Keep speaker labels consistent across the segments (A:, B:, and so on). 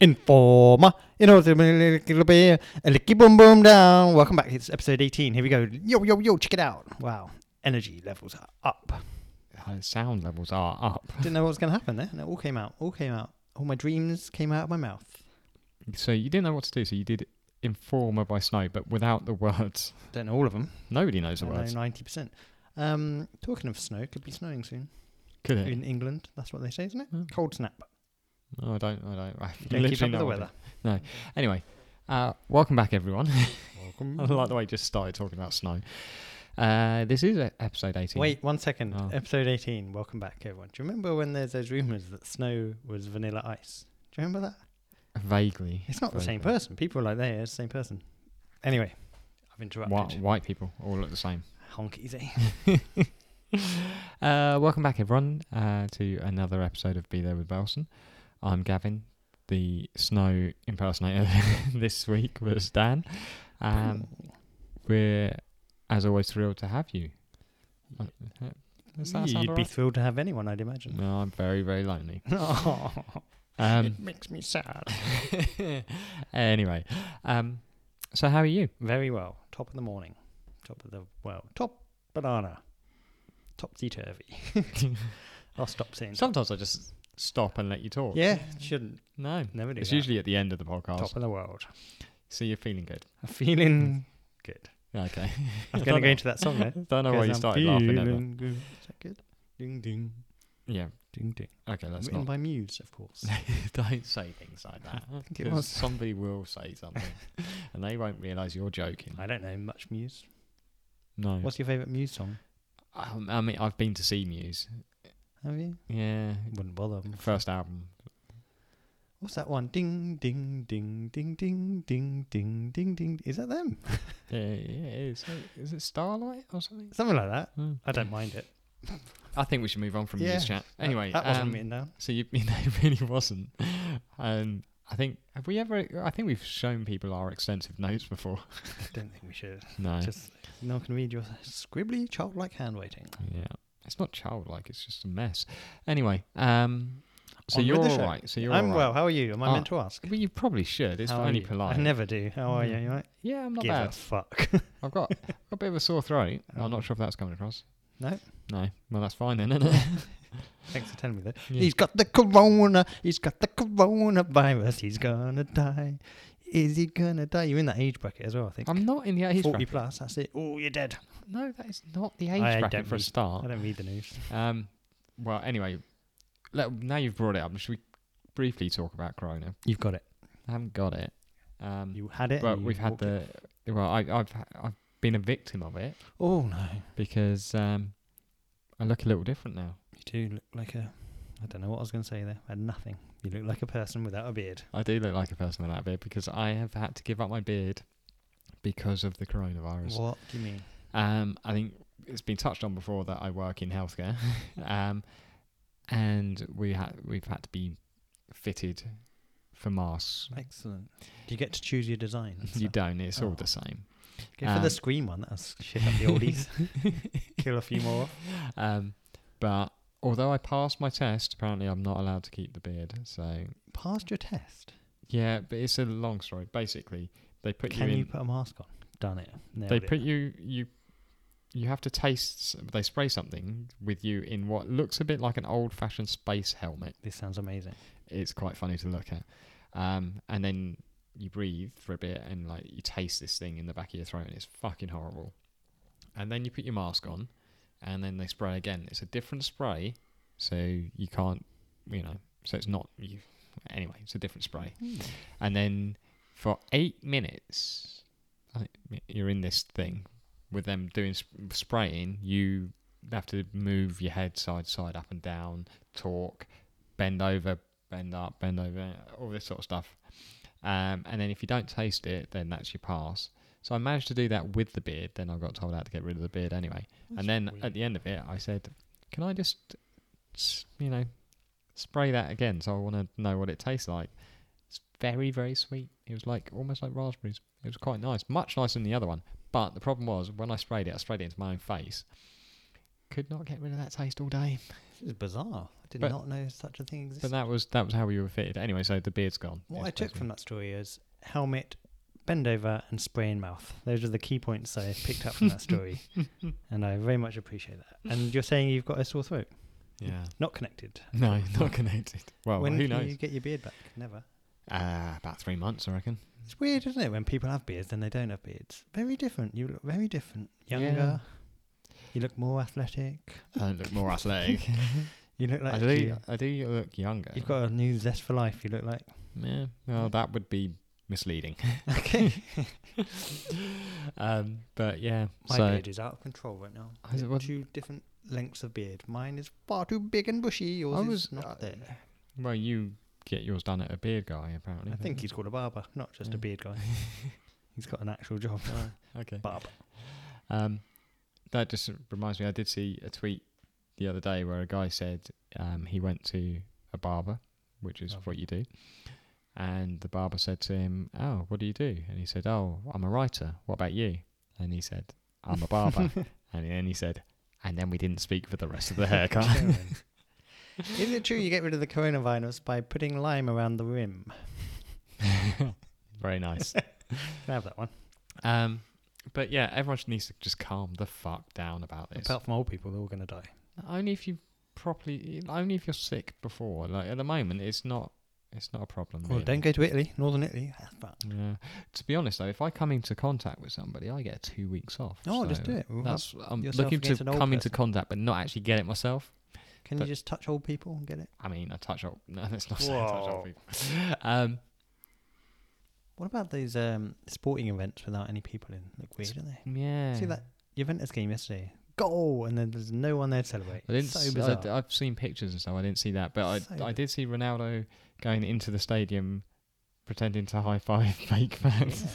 A: Informa. You know, and keep boom boom down. Welcome back. It's episode 18. Here we go. Yo, yo, yo, check it out. Wow. Energy levels are up.
B: Uh, sound levels are up.
A: Didn't know what was going to happen there. And it all came out. All came out. All my dreams came out of my mouth.
B: So you didn't know what to do, so you did Informer by Snow, but without the words.
A: Don't know all of them.
B: Nobody knows the
A: I know
B: words.
A: 90%. Um, talking of snow, could be snowing soon
B: Could it?
A: in England. That's what they say, isn't it?
B: Oh.
A: Cold snap.
B: No, I don't. I don't. I
A: Don't keep up
B: literally
A: with the
B: no idea.
A: weather.
B: Anyway, uh, welcome back, everyone.
A: Welcome.
B: I like the way you just started talking about snow. Uh, this is uh, episode 18.
A: Wait one second.
B: Oh.
A: Episode 18. Welcome back, everyone. Do you remember when there's those rumors that snow was vanilla ice? Do you remember that?
B: Vaguely.
A: It's not the same
B: vaguely.
A: person. People are like, there, it's the same person. Anyway, I've interrupted.
B: Whi- white people all look the same.
A: Honk easy.
B: Uh, welcome back, everyone, uh, to another episode of Be There with Belson. I'm Gavin, the snow impersonator this week was Dan. Um, we're, as always, thrilled to have you. Uh, uh, Does that sound
A: You'd be
B: alright?
A: thrilled to have anyone, I'd imagine.
B: No, I'm very, very lonely.
A: Oh,
B: Um,
A: it makes me sad.
B: anyway, um, so how are you?
A: Very well. Top of the morning. Top of the well. Top banana. Topsy turvy. I'll stop saying. that.
B: Sometimes I just stop and let you talk.
A: Yeah, shouldn't
B: No.
A: never do
B: It's
A: that.
B: usually at the end of the podcast.
A: top of the world.
B: So you're feeling good.
A: I'm feeling good.
B: Okay.
A: I was going to go into that song there.
B: Don't know why you started laughing at that.
A: Good. Is that good? Ding ding
B: Yeah.
A: ding ding.
B: Okay, that's
A: Written
B: not.
A: by Muse, of course.
B: Don't say things like that.
A: it
B: 'cause
A: was.
B: Somebody will say something, and they won't realise you're joking.
A: I don't know much Muse.
B: No.
A: What's your favourite Muse song?
B: Um, I mean, I've been to see Muse.
A: Have you?
B: Yeah.
A: Wouldn't bother.
B: First album.
A: What's that one? Ding ding ding ding ding ding ding ding ding. Is that them?
B: Yeah, yeah, it is. Is it Starlight or something?
A: Something like that.
B: Hmm.
A: I don't mind it.
B: I think we should move on from
A: Yeah,
B: Muse chat. Anyway,
A: that, that wasn't
B: um,
A: written down.
B: So you, you know, it really wasn't. Um, I think have we ever? I think we've shown people our extensive notes before.
A: I don't think we should.
B: No.
A: Just no one can read your scribbly childlike hand waiting.
B: Yeah. It's not childlike. It's just a mess. Anyway, um,
A: On
B: so
A: with
B: you're
A: the
B: all
A: show.
B: right. So you're
A: I'm
B: all right.
A: well. How are you? Am I
B: Ah,
A: meant to ask?
B: Well, you probably should. It's
A: How are
B: only
A: you?
B: polite.
A: I never do. How are you?
B: Mm.
A: You right?
B: yeah, I'm not
A: Give a
B: bad.
A: fuck.
B: I've got, got a bit of a sore throat. I'm
A: Oh.
B: not sure if that's coming across.
A: No?
B: No. Well, that's fine then, isn't it?
A: Thanks for telling me that.
B: Yeah.
A: He's got the corona. He's got the coronavirus. He's gonna die. Is he gonna die? You're in that age bracket as well, I think.
B: I'm not in the age
A: 40
B: bracket.
A: plus, that's it. Oh, you're dead.
B: No, that is not the age
A: I
B: bracket
A: don't
B: for a
A: read-
B: start.
A: I don't read the news.
B: Um, well, anyway, let, now you've brought it up, should we briefly talk about Corona?
A: You've got it.
B: I haven't got it. Um,
A: You had it.
B: but
A: and you
B: we've had
A: walked it.
B: the well, I, I've ha- I've been a victim of it
A: Oh no,
B: because um, I look a little different now.
A: you do look like a. I don't know what I was going to say there. I had nothing. You look like a person without a beard.
B: I do look like a person without a beard because I have had to give up my beard because of the coronavirus.
A: What do you mean?
B: Um, I think it's been touched on before that I work in healthcare, um, and we ha- we've had to be fitted for masks.
A: Excellent. Do you get to choose your design? and
B: You
A: stuff?
B: don't. It's all
A: Oh.
B: the same.
A: Go for the
B: Um,
A: scream one. That'll s- shit up the oldies. Kill a few more. off.
B: Um, but although I passed my test, apparently I'm not allowed to keep the beard. So
A: Passed your test.
B: yeah, but it's a long story. Basically, they put
A: Can
B: you in.
A: you put a mask on? Done it. Nailed
B: they
A: it.
B: put you you you have to taste. s- They spray something with you in what looks a bit like an old-fashioned space helmet.
A: This sounds amazing.
B: It's quite funny to look at. Um, and then you breathe for a bit, and like you taste this thing in the back of your throat, and it's fucking horrible. And then you put your mask on, and then they spray again. It's a different spray, so you can't, you know, so it's not you. Anyway, it's a different spray. And then for eight minutes, I- you're in this thing with them doing sp- spraying. You have to move your head side to side, up and down, talk, bend over, bend up, bend over, all this sort of stuff. Um, and then if you don't taste it, then that's your pass. So I managed to do that with the beard. Then I got told I had to get rid of the beard anyway. and then at the end of it, I said, "Can I just, s- you know, spray that again? So I want to know what it tastes like." It's very, very sweet. It was like almost like raspberries. It was quite nice, much nicer than the other one. But the problem was when I sprayed it, I sprayed it into my own face, could not get rid of that taste all day.
A: This is bizarre. I did
B: But-
A: not know such a thing existed.
B: But that was that was how we were fitted. Anyway, so the beard's gone.
A: What
B: is
A: I took
B: basically-
A: from that story is helmet, bend over, and spray in mouth. Those are the key points I picked up from that story, and I very much appreciate that. And you're saying you've got a sore throat,
B: Yeah.
A: not connected.
B: No, not connected. Well,
A: when
B: who
A: can
B: knows?
A: you get your beard back? Never.
B: Uh, about three months, I reckon.
A: It's weird, isn't it? When people have beards and they don't have beards, very different. You look very different.
B: Yeah.
A: Younger. You look more athletic.
B: I don't look more athletic.
A: You look like
B: I do.
A: you-
B: I do look younger.
A: you've got a new zest for life. You look like
B: Yeah. Well, that would be misleading.
A: okay.
B: um, but yeah.
A: My
B: so
A: beard is out of control right now.
B: I was-
A: Two different lengths of beard. Mine is far too big and bushy. Yours
B: I
A: is
B: was- uh,
A: not
B: I-
A: there.
B: well, you get yours done at a beard guy, apparently.
A: I
B: don't
A: think
B: you?
A: he's called a barber, not just a
B: Yeah.
A: beard guy. he's got an actual job.
B: okay.
A: barber.
B: Um, that just reminds me. I did see a tweet the other day where a guy said um, he went to a barber, which is
A: Lovely.
B: what you do, and the barber said to him, "Oh, what do you do?" And he said, "Oh, I'm a writer. What about you?" And he said, "I'm a barber." and then he said, "And then we didn't speak for the rest of the haircut."
A: Gentlemen. is it true you get rid of the coronavirus by putting lime around the rim?
B: Very nice.
A: Can I have that one?
B: Um, but yeah, everyone just needs to just calm the fuck down about this.
A: Apart from old people, they're all going to die.
B: Only if you properly, only if you're sick before. Like at the moment, it's not, it's not a problem.
A: Well,
B: really.
A: don't go to Italy, northern Italy. That's bad.
B: Yeah. To be honest though, if I come into contact with somebody, I get two weeks off.
A: Oh, just do it. We'll
B: That's I'm
A: yourself
B: looking to
A: against an old
B: come into
A: person.
B: contact, but not actually get it myself.
A: Can
B: but-
A: you just touch old people and get it?
B: I mean, I touch up. No, that's not saying touch
A: Whoa.
B: up people. Um,
A: What about those um, sporting events without any people in? Look weird, don't they?
B: yeah.
A: See that Juventus game yesterday? Goal! And then there's no one there to celebrate.
B: I didn't.
A: so
B: s-
A: bizarre.
B: I, have seen pictures and stuff. I didn't see that, but
A: So
B: I I
A: bizarre.
B: did see Ronaldo going into the stadium, pretending to high five fake fans.
A: Yeah.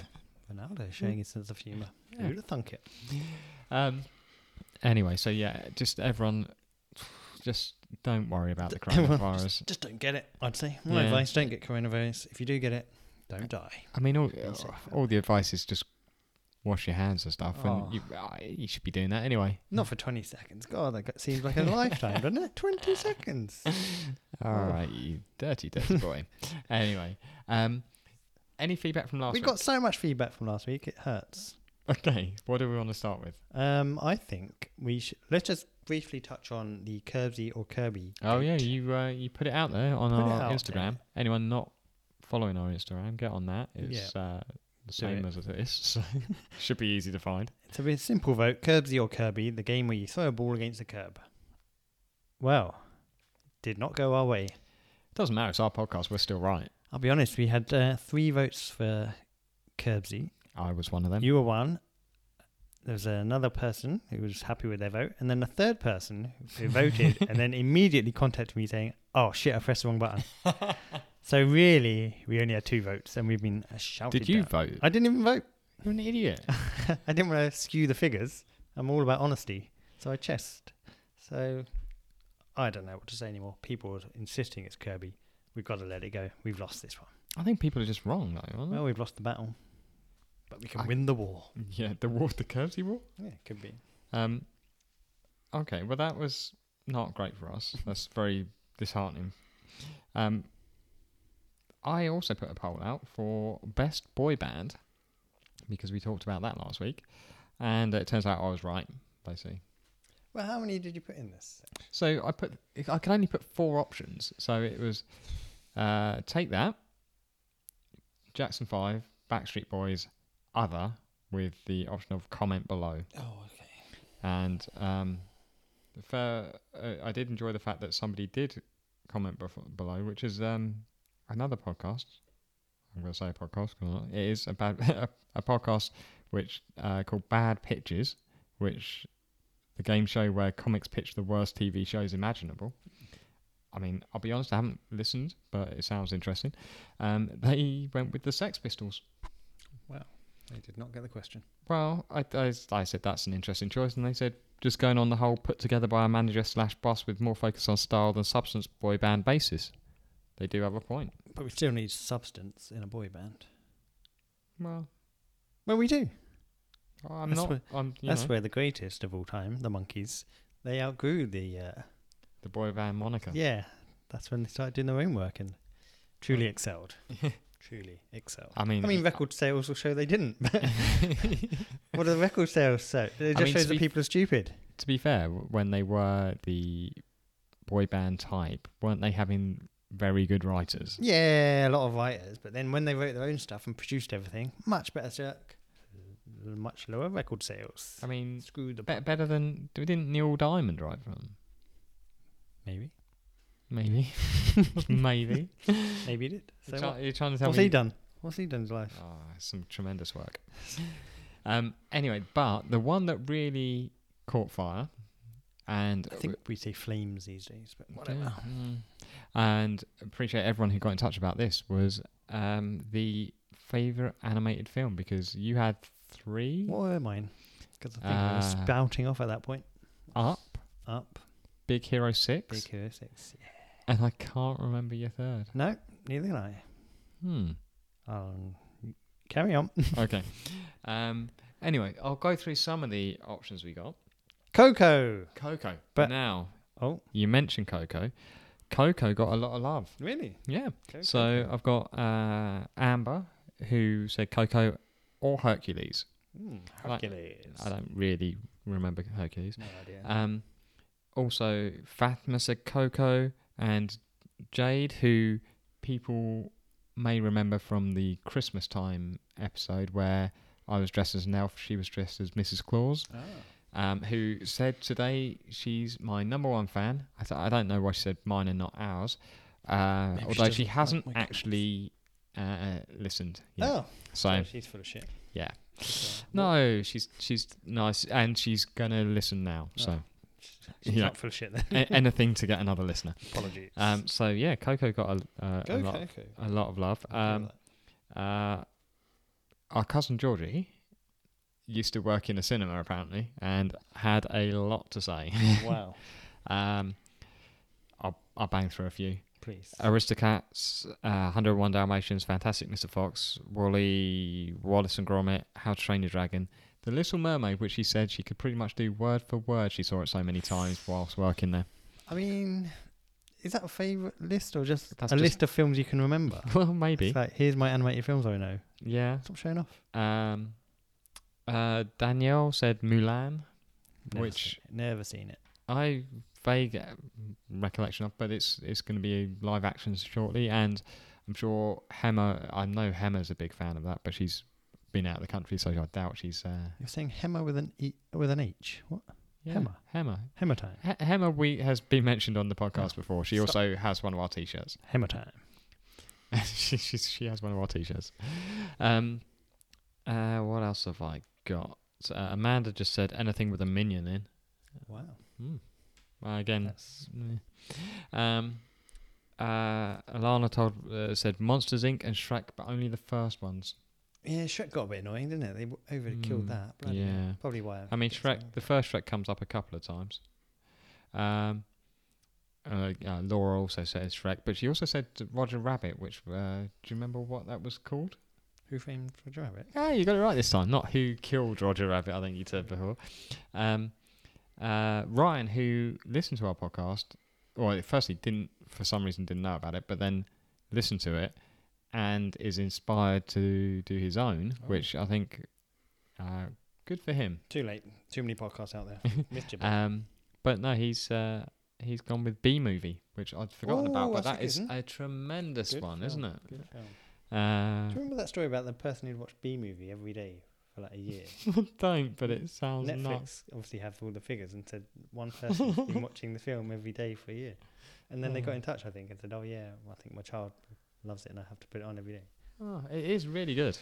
A: Ronaldo showing his sense of humour.
B: Yeah.
A: Who'd have thunk it?
B: Um. Anyway, so yeah, just everyone, just don't worry about the
A: Everyone
B: coronavirus.
A: Just don't get it, I'd say. My
B: Yeah.
A: advice, don't get coronavirus. If you do get it, don't die.
B: I mean, all
A: Piece of
B: all the advice is just wash your hands and stuff,
A: Oh.
B: and you I- you should be doing that anyway.
A: Not for 20 seconds. God, that got- seems like a lifetime, doesn't it? 20 seconds.
B: All
A: Oh.
B: right, you dirty, dirty boy. anyway, um, any feedback from last
A: We
B: week?
A: got so much feedback from last week, it hurts.
B: okay. What do we want to start with?
A: Um, I think we should. Let's just briefly touch on the Curbsy or Kirby.
B: Oh
A: date.
B: yeah, you uh, you put it out there on
A: Put it
B: our
A: out
B: Instagram. Anyone not following our Instagram, get on that. It's uh, the same
A: it.
B: as it is. So should be easy to find.
A: It's a very simple vote. Curbsy or Kirby, the game where you throw a ball against a curb. Well, did not go our way.
B: Doesn't matter. It's our podcast. We're still right.
A: I'll be honest, we had uh, three votes for Curbsy.
B: I was one of them.
A: You were one. There was another person who was happy with their vote, and then a third person who voted and then immediately contacted me saying, "Oh shit, I pressed the wrong button." so really, we only had two votes, and we've been uh, shouted.
B: Did you
A: down.
B: vote?
A: I didn't even vote.
B: You're an idiot.
A: I didn't want to skew the figures. I'm all about honesty, so I chest. So I don't know what to say anymore. People are insisting it's Kirby. We've got to let it go. We've lost this one.
B: I think people are just wrong. Like, aren't they?
A: Well, we've lost the battle, but we can
B: I-
A: win the war.
B: yeah, the war, the Curbsy war.
A: Yeah, it could be.
B: Um, okay. Well, that was not great for us. That's very disheartening. Um, I also put a poll out for best boy band because we talked about that last week, and it turns out I was right basically.
A: Well, how many did you put in this?
B: So I put I can only put four options. So it was uh, take that, Jackson Five, Backstreet Boys, other with the option of comment below.
A: Oh, okay.
B: And um, the fair, uh, I did enjoy the fact that somebody did comment bef- below, which is um, another podcast. I'm going to say a podcast. 'cause I'm not- It is about a, a podcast which uh, called Bad Pitches, which the game show where comics pitch the worst TV shows imaginable. I mean, I'll be honest, I haven't listened, but it sounds interesting. Um, they went with the Sex Pistols.
A: I did not get the question.
B: Well, I, I, I said that's an interesting choice, and they said just going on the whole put together by a manager slash boss with more focus on style than substance boy band basis. They do have a point.
A: But we still need substance in a boy band.
B: Well,
A: Well, we do.
B: I'm
A: That's
B: not.
A: where-
B: I'm. You
A: That's
B: know,
A: where the greatest of all time, the monkeys, They outgrew the. Uh,
B: The boy band moniker.
A: yeah, that's when they started doing their own work and truly excelled. truly excelled.
B: I mean,
A: I
B: uh,
A: mean, record sales will show they didn't. what do the record sales show? It just
B: mean,
A: shows
B: to
A: that
B: be-
A: people are stupid.
B: to be fair, w- when they were the boy band type, weren't they having very good writers?
A: Yeah, a lot of writers, but then when they wrote their own stuff and produced everything, much better work, much lower record sales.
B: I mean,
A: Screw the
B: be- better than didn't Neil Diamond write from?
A: maybe,
B: Maybe, maybe.
A: maybe it did. So
B: you're,
A: what?
B: try- you're trying to tell
A: what's
B: me
A: he done? What's he done in his life?
B: Oh, some tremendous work. um, anyway, but the one that really caught fire, and
A: I think we say flames these days, but whatever.
B: Yeah, mm. and appreciate everyone who got in touch about this was um, the favorite animated film because you had three
A: What were mine? Because I think I was
B: Uh,
A: spouting off at that point.
B: up,
A: Up,
B: Big Hero Six,
A: Big Hero Six. Yeah.
B: and I can't remember your third.
A: No, neither can I.
B: Hmm.
A: Um, carry on.
B: okay. Um. Anyway, I'll go through some of the options we got.
A: Coco.
B: Coco.
A: But-
B: now
A: Oh,
B: you mentioned Coco. Coco got a lot of love.
A: really?
B: Yeah. So I've got uh, Amber, who said Coco or Hercules.
A: Mm,
B: like-
A: Hercules.
B: I don't really remember Hercules.
A: no idea.
B: Um, also, Fatma said Coco and Jade, who people may remember from the Christmas time episode where I was dressed as an elf, she was dressed as Mrs. Claus,
A: Ah.
B: um, who said today she's my number one fan. I, th- I don't know why she said mine and not ours, uh,
A: Maybe she
B: although she
A: doesn't like
B: hasn't
A: my goodness.
B: actually uh, listened. Yet.
A: Oh,
B: so
A: so she's full of shit.
B: yeah,
A: Just, uh, what-
B: no, she's she's nice and she's gonna listen now.
A: Oh.
B: So.
A: she's
B: yeah.
A: not full of shit then.
B: a- anything to get another listener.
A: Apologies.
B: Um, so yeah, Coco got a, uh, a
A: Go
B: lot,
A: Coco.
B: a lot of love. Um, uh, our cousin Georgie used to work in a cinema apparently and had a lot to say.
A: wow.
B: Um, I'll, I'll bang through a few.
A: Please.
B: Aristocats, uh, 101 Dalmatians, Fantastic Mr. Fox, Wally, Wallace and Gromit, How to Train Your Dragon, The Little Mermaid, which she said she could pretty much do word for word. She saw it so many times whilst working there.
A: I mean, is that a favourite list or just
B: That's
A: a
B: just-
A: list of films you can remember?
B: Well, maybe.
A: It's like, here's my animated films I know.
B: Yeah.
A: Stop showing off.
B: Um, uh, Danielle said Mulan,
A: Never
B: which
A: seen it. never seen it.
B: I vague uh, recollection of, but it's it's going to be live action shortly, and I'm sure Hema. I know Hema's a big fan of that, but she's been out of the country, so I doubt she's. Uh,
A: You're saying Hema with an e, with an H. What?
B: yeah,
A: Hema?
B: Hema.
A: Hema time.
B: H- Hema we has been mentioned on the podcast before. She
A: Stop.
B: also has one of our t-shirts.
A: Hema time.
B: she, she she has one of our t-shirts. Um, uh, what else have I got? Uh, Amanda just said anything with a minion in.
A: Wow.
B: Mm. Well, again,
A: That's
B: meh. Mm. um, uh, Alana told uh, said Monsters Inc. and Shrek, but only the first ones.
A: yeah. Shrek got a bit annoying, didn't it? They w- overkilled
B: Mm,
A: that. Bloody
B: yeah.
A: hell. Probably why.
B: I mean,
A: get
B: Shrek.
A: so-
B: The first Shrek comes up a couple of times. Um, uh, uh, Laura also says Shrek, but she also said Roger Rabbit, which uh, do you remember what that was called?
A: Who framed Roger Rabbit?
B: Ah, you got it right this time. Not who killed Roger Rabbit, I think you said before. Um, uh, Ryan, who listened to our podcast, well, firstly, didn't, for some reason, didn't know about it, but then listened to it and is inspired to do his own,
A: Oh.
B: which I think uh, good for him.
A: Too late. Too many podcasts out there. Missed you. bud.
B: Um, but no, he's uh, he's gone with B movie, which I'd forgotten about,
A: Oh,
B: but
A: that's
B: that is
A: good, isn't
B: a tremendous
A: Good
B: one,
A: film,
B: isn't it?
A: Good film. Do
B: Uh,
A: you remember that story about the person who'd watched B movie every day for like a year?
B: don't, but it sounds
A: Netflix
B: nuts.
A: obviously have all the figures and said one person's been watching the film every day for a year. And then they got
B: Oh.
A: in touch, I think, and said, Oh, yeah, I think my child loves it and I have to put it on every day.
B: Oh, it is really good.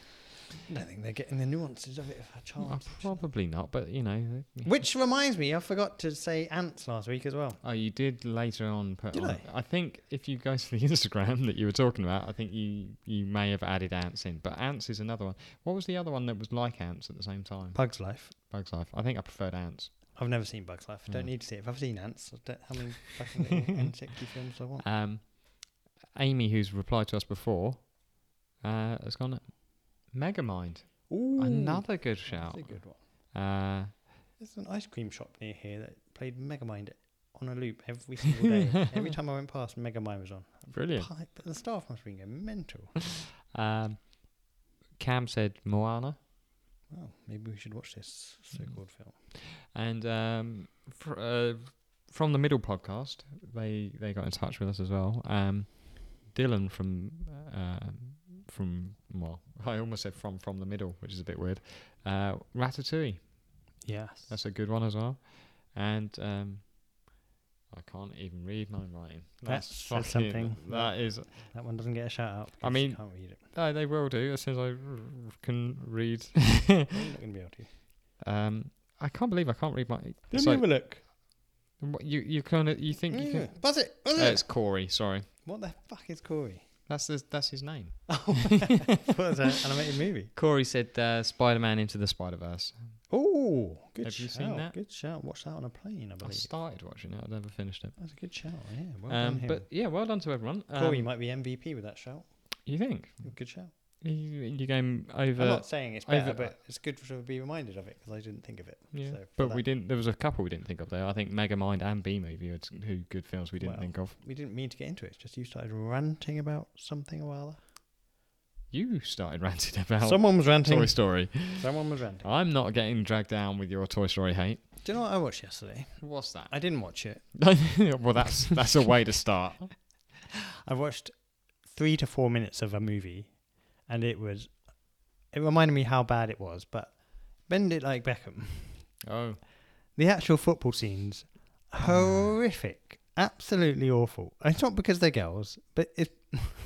A: I don't think they're getting the nuances of it of a
B: Well,
A: child.
B: probably not, but you know. uh,
A: Which reminds me, I forgot to say ants last week as well.
B: Oh, you did later on put.
A: Did
B: on,
A: I?
B: think if you go to the Instagram that you were talking about, I think you you may have added ants in. But ants is another one. What was the other one that was like ants at the same time?
A: Bug's Life.
B: Bugs Life. I think I preferred ants.
A: I've never seen Bug's Life. I don't
B: Mm.
A: need to see it. If I've seen ants, I don't, how many fucking little insecty films do I want?
B: Um, Amy, who's replied to us before, uh, has gone. Megamind.
A: Ooh,
B: Another good
A: that's
B: shout.
A: a good one.
B: Uh,
A: There's an ice cream shop near here that played Megamind on a loop every single day. every time I went past, Megamind was on.
B: Brilliant.
A: Pi- But the staff must be going mental.
B: Um, Cam said Moana,
A: Well, maybe we should watch this so-called film.
B: and um, fr- uh, from the Middle podcast, they they got in touch with us as well. Um, Dylan from uh, from well, I almost said from from the middle, which is a bit weird. Uh, Ratatouille.
A: Yes.
B: That's a good one as well. And um, I can't even read my writing.
A: That
B: That's
A: says
B: fucking-
A: something.
B: That is.
A: that one doesn't get a shout out.
B: I
A: because
B: mean-
A: you can't read it.
B: Uh, they will do as soon as I r- r- can read.
A: I'm not going to be able to.
B: um, I can't believe I can't read my.
A: Let
B: it's
A: me
B: like-
A: have a look.
B: what- you you kind of you think you can?
A: Buzz it. Buzz
B: Uh, it's
A: it.
B: Corey. Sorry,
A: What the fuck is Corey?
B: that's his, that's his name.
A: Oh, that was an animated movie.
B: Corey said uh, Spider-Man into the Spider-Verse.
A: Oh, good
B: Have
A: shout.
B: you seen that?
A: Good shout. Watch that on a plane, I
B: I
A: believe.
B: started watching it. I never finished it.
A: That's a good shout. Yeah, well done
B: Um,
A: him.
B: but yeah, well done to everyone. Um,
A: Corey might be MVP with that shout.
B: you think
A: Good shout.
B: you, you game over?
A: I'm not saying it's
B: over-
A: better, but it's good to be reminded of it because I didn't think of it.
B: uh, Yeah,
A: So for
B: but
A: that-
B: we didn't. There was a couple we didn't think of there. I think Megamind and B Movie are t- two good films we didn't
A: Well.
B: think of.
A: we didn't mean to get into it. It's just you started ranting about something a while.
B: You started ranting about
A: Someone was ranting.
B: Toy Story.
A: Someone was ranting.
B: I'm not getting dragged down with your Toy Story hate.
A: Do you know what I watched yesterday?
B: What's that?
A: I didn't watch it.
B: well, that's that's a way to start.
A: I watched three to four minutes of a movie, and it was. It reminded me how bad it was, but bend it like Beckham.
B: Oh,
A: The actual football scenes, horrific, absolutely awful. And It's not because they're girls, but it's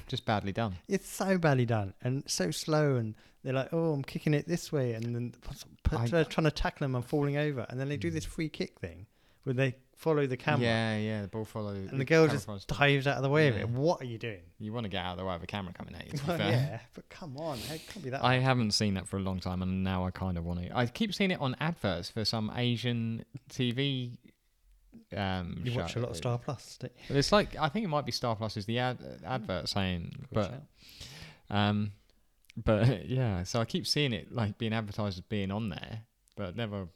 B: just badly done.
A: it's so badly done and so slow. And they're like, "Oh, I'm kicking it this way," and then the pers-
B: I- Mm.
A: they're trying to tackle him and falling over, and then they do this free kick thing where they follow the camera
B: Yeah, yeah. The ball follow.
A: and the girl
B: camera
A: just
B: follows-
A: dives out of the way of
B: Yeah.
A: it. What are you doing?
B: You want to get out of the way of a camera coming at you. To be
A: Well,
B: fair.
A: yeah, but come on, it can't be that.
B: I haven't seen that for a long time, and now I kind of want to. I keep seeing it on adverts for some Asian TV. Um,
A: you watch
B: show.
A: a lot of Star Plus, don't you?
B: Well, It's like I think it might be Star Plus is the ad, advert saying, but um, but yeah. So I keep seeing it like being advertised as being on there, but never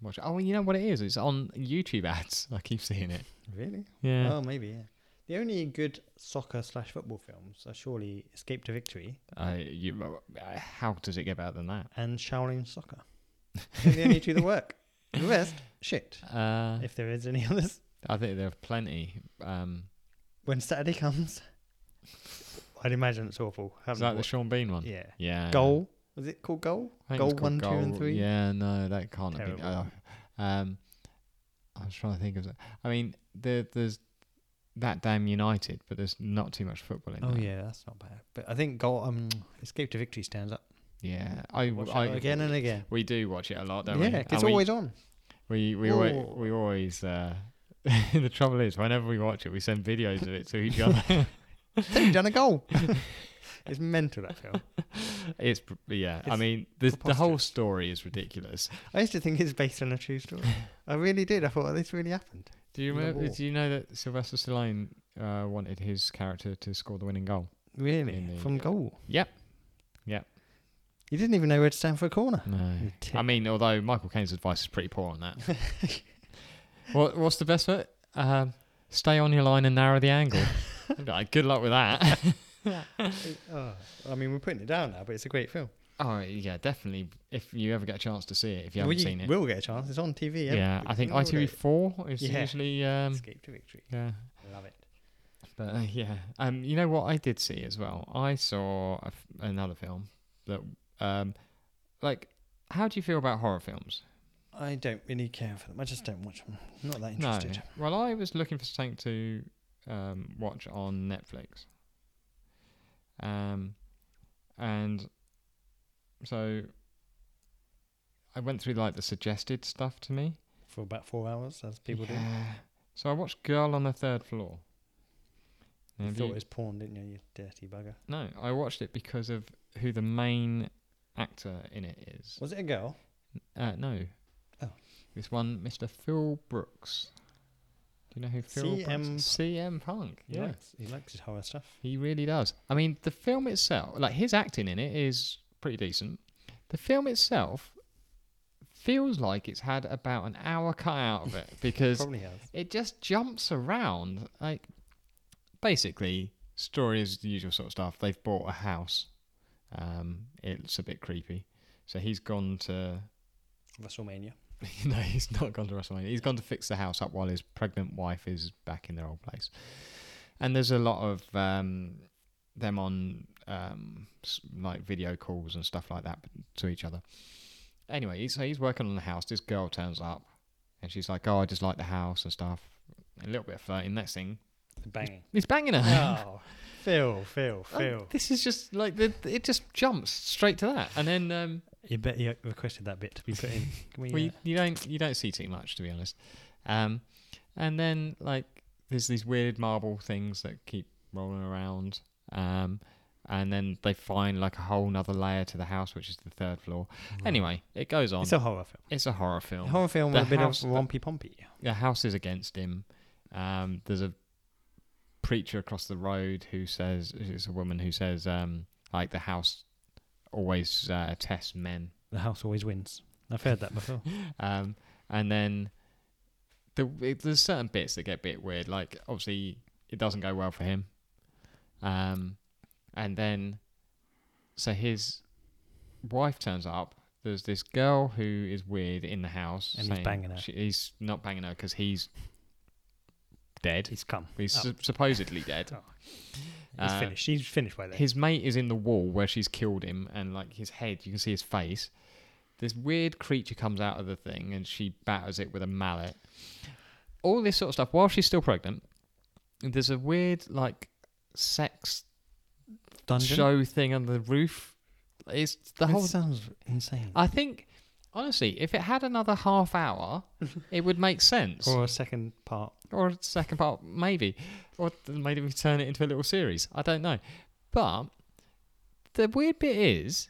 B: watch. Oh, you know what it is? It's on YouTube ads. I keep seeing it.
A: really?
B: Yeah.
A: Oh, maybe. Yeah. The only good soccer slash football films are surely Escape to Victory
B: I you, uh, how does it get better than that?
A: and Shaolin Soccer. They're the only two that work. The rest, shit.
B: Uh,
A: If there is any others,
B: I think there are plenty. Um,
A: when Saturday comes, I'd imagine it's awful.
B: is
A: Haven't
B: that the
A: watched-
B: Sean Bean one?
A: yeah.
B: Yeah.
A: Goal. Was it called Goal?
B: I think
A: Goal
B: it's called
A: one, two, and
B: Goal-
A: three?
B: Yeah, no, that can't have been.
A: Terrible.
B: oh, um, I was trying to think of that. I mean, there, there's that damn United, but there's not too much football in
A: Oh
B: that.
A: yeah, that's not bad. But I think Goal, um, Escape to Victory stands up.
B: Yeah, I,
A: Watch
B: I
A: it again and again.
B: We do watch it a lot, don't we?
A: Yeah, 'cause
B: And
A: it's
B: we,
A: always Oh. on.
B: we we always,
A: Ooh.
B: we always. Uh, the trouble is, whenever we watch it, we send videos of it to each other.
A: They've done a goal. it's mental that film.
B: it's pr- yeah. I
A: It's
B: mean, the the whole
A: preposterous.
B: story is ridiculous.
A: I used to think it's based on a true story. I really did. I thought "Oh, this really happened.
B: Do you
A: The
B: remember?
A: war.
B: Do you know that Sylvester Stallone uh, wanted his character to score the winning goal?
A: Really,
B: In the-
A: from goal.
B: Yep. Yep.
A: You didn't even know where to stand for a corner.
B: No.
A: You
B: I
A: tit.
B: mean, although Michael Caine's advice is pretty poor on that. what, what's the best bit? Um, stay on your line and narrow the angle. Like, Good luck with that.
A: Oh, I mean, we're putting it down now, but it's a great film.
B: oh yeah, definitely. If you ever get a chance to see it, if you haven't
A: we
B: seen it,
A: will get a chance. It's on TV.
B: yeah,
A: every
B: I think
A: single day.
B: ITV4 is
A: Yeah.
B: usually. Um,
A: Escape to Victory.
B: yeah,
A: Love it.
B: but uh, yeah, um, you know what I did see as well. I saw a f- another film that, um, like, how do you feel about horror films?
A: I don't really care for them. I just don't watch them. Not that interested.
B: No. Well, I was looking for something to um, watch on Netflix. Um, and so I went through like the suggested stuff to me.
A: For about four hours, as people do.
B: Yeah. So I watched Girl on the Third Floor.
A: You
B: Have
A: thought
B: you-
A: it was porn, didn't you? You dirty bugger.
B: No, I watched it because of who the main actor in it is.
A: Was it a girl?
B: Uh, no.
A: Oh.
B: This one, Mr. Phil Brooks. Do you know who Phil Brooks
A: CM
B: is? CM Punk.
A: He
B: Yeah.
A: likes he likes his horror stuff.
B: He really does. I mean, the film itself, like his acting in it is pretty decent. The film itself feels like it's had about an hour cut out of it because
A: Probably has.
B: it just jumps around. Like, basically, story is the usual sort of stuff. They've bought a house. Um, it's a bit creepy. So he's gone to.
A: WrestleMania.
B: no, he's not gone to WrestleMania. He's gone to fix the house up while his pregnant wife is back in their old place. And there's a lot of um, them on um, s- like video calls and stuff like that to each other. Anyway, he's- so he's working on the house. This girl turns up and she's like, "Oh, I just like the house and stuff." A little bit of flirting. Next thing,
A: Banging.
B: he's banging her.
A: oh, Phil, Phil,
B: Um,
A: Phil.
B: This is just like the, it just jumps straight to that, and then um,
A: You bet you requested that bit to be put in. Can we,
B: Well,
A: uh,
B: you, you don't you don't see too much to be honest. Um, and then like there's these weird marble things that keep rolling around. Um, and then they find like a whole nother layer to the house, which is the third floor. Anyway, it goes on.
A: uh, it's a horror film.
B: It's a horror film.
A: A horror film
B: The
A: with a bit
B: house
A: of
B: that-
A: rompy pompy.
B: the house is against him. Um, there's a preacher across the road who says it's a woman who says um, like the house always uh, tests men
A: The house always wins. I've heard that before.
B: Um, and then the, it- there's certain bits that get a bit weird. Like obviously it doesn't go well for him. Um, and then so his wife turns up. There's this girl who is weird in the house,
A: And he's
B: saying
A: banging her.
B: She, he's not banging her because he's dead.
A: He's come.
B: He's
A: Oh.
B: su- supposedly dead.
A: Oh. He's
B: Uh,
A: finished. He's finished by then.
B: His mate is in the wall where she's killed him, and like his head, you can see his face. This weird creature comes out of the thing, and she batters it with a mallet. All this sort of stuff while she's still pregnant. There's a weird like sex
A: Dungeon.
B: show thing on the roof. It's the
A: It
B: whole.
A: sounds insane.
B: I think honestly, if it had another half hour, it would make sense.
A: or a second part.
B: or a second part, maybe, or th- maybe we turn it into a little series. I don't know, but the weird bit is,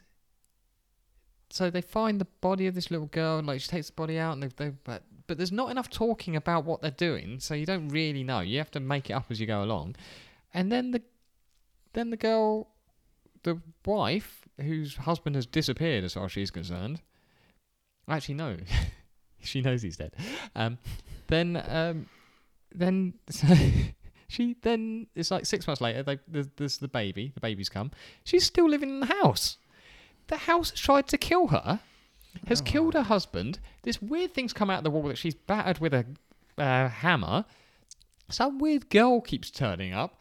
B: so they find the body of this little girl, and like she takes the body out, and they, they but but there's not enough talking about what they're doing, so you don't really know. You have to make it up as you go along, and then the then the girl, the wife whose husband has disappeared, as far as she's concerned. Actually, no. she knows he's dead. Um, then um, then she then it's like six months later. They, there's, there's the baby. The baby's come. She's still living in the house. The house has tried to kill her. Has killed her husband. This weird thing's come out of the wall that she's battered with a uh, hammer. Some weird girl keeps turning up.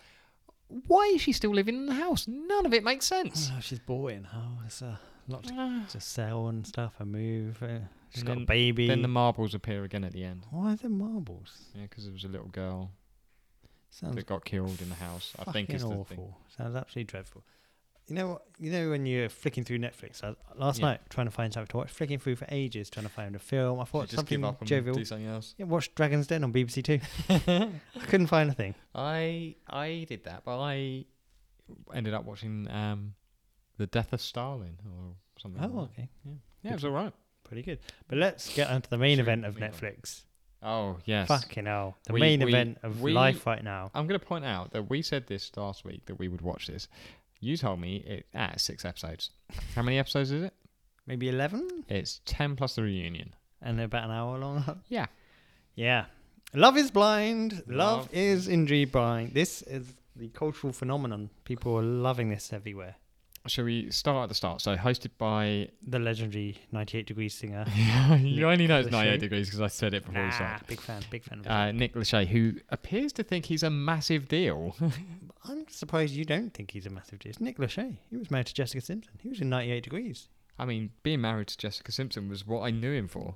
B: Why is she still living in the house? None of it makes sense.
A: Oh, she's bought in. Oh, it's a lot to,
B: Ah.
A: to sell and stuff. A move. Uh, she's
B: And
A: got a
B: then-
A: baby.
B: Then the marbles appear again at the end.
A: Why are there marbles?
B: Yeah, because there was a little girl
A: Sounds
B: that got killed in the house. I think
A: fucking
B: is the
A: awful.
B: thing.
A: Sounds absolutely dreadful. You know what? You know when you're flicking through Netflix. I, last
B: Yeah.
A: night trying to find something to watch, flicking through for ages trying to find a film. I thought
B: Should just
A: something
B: give up and
A: jovial.
B: do something else.
A: Yeah, watched Dragon's Den on BBC Two. I couldn't find a thing.
B: I I did that, but I ended up watching um, the Death of Stalin or something.
A: Oh,
B: like that.
A: okay,
B: yeah, it was all right.
A: pretty good. But let's get onto the main
B: Sure,
A: event of
B: main one.
A: Netflix.
B: Oh yes.
A: Fucking hell, the
B: We-
A: main
B: we-
A: event of
B: we-
A: life right now.
B: I'm going to point out that we said this last week that we would watch this. You told me it at six episodes. How many episodes is it?
A: Maybe eleven
B: It's ten plus the reunion.
A: and they're about an hour long.
B: Yeah.
A: yeah, love is blind. Love,
B: Love
A: is indeed blind. This is the cultural phenomenon. People are loving this everywhere.
B: Shall we start at the start? So hosted by.
A: The legendary 98 Degrees singer.
B: you only know it's
A: Lachey?
B: 98 degrees because I said it before we
A: nah,
B: started.
A: big fan, big fan. Of
B: Uh, Nick Lachey, who appears to think he's a massive deal.
A: I'm surprised you don't think he's a massive deal. It's Nick Lachey. He was married to Jessica Simpson. He was in 98 Degrees.
B: I mean, being married to Jessica Simpson was what I knew him for.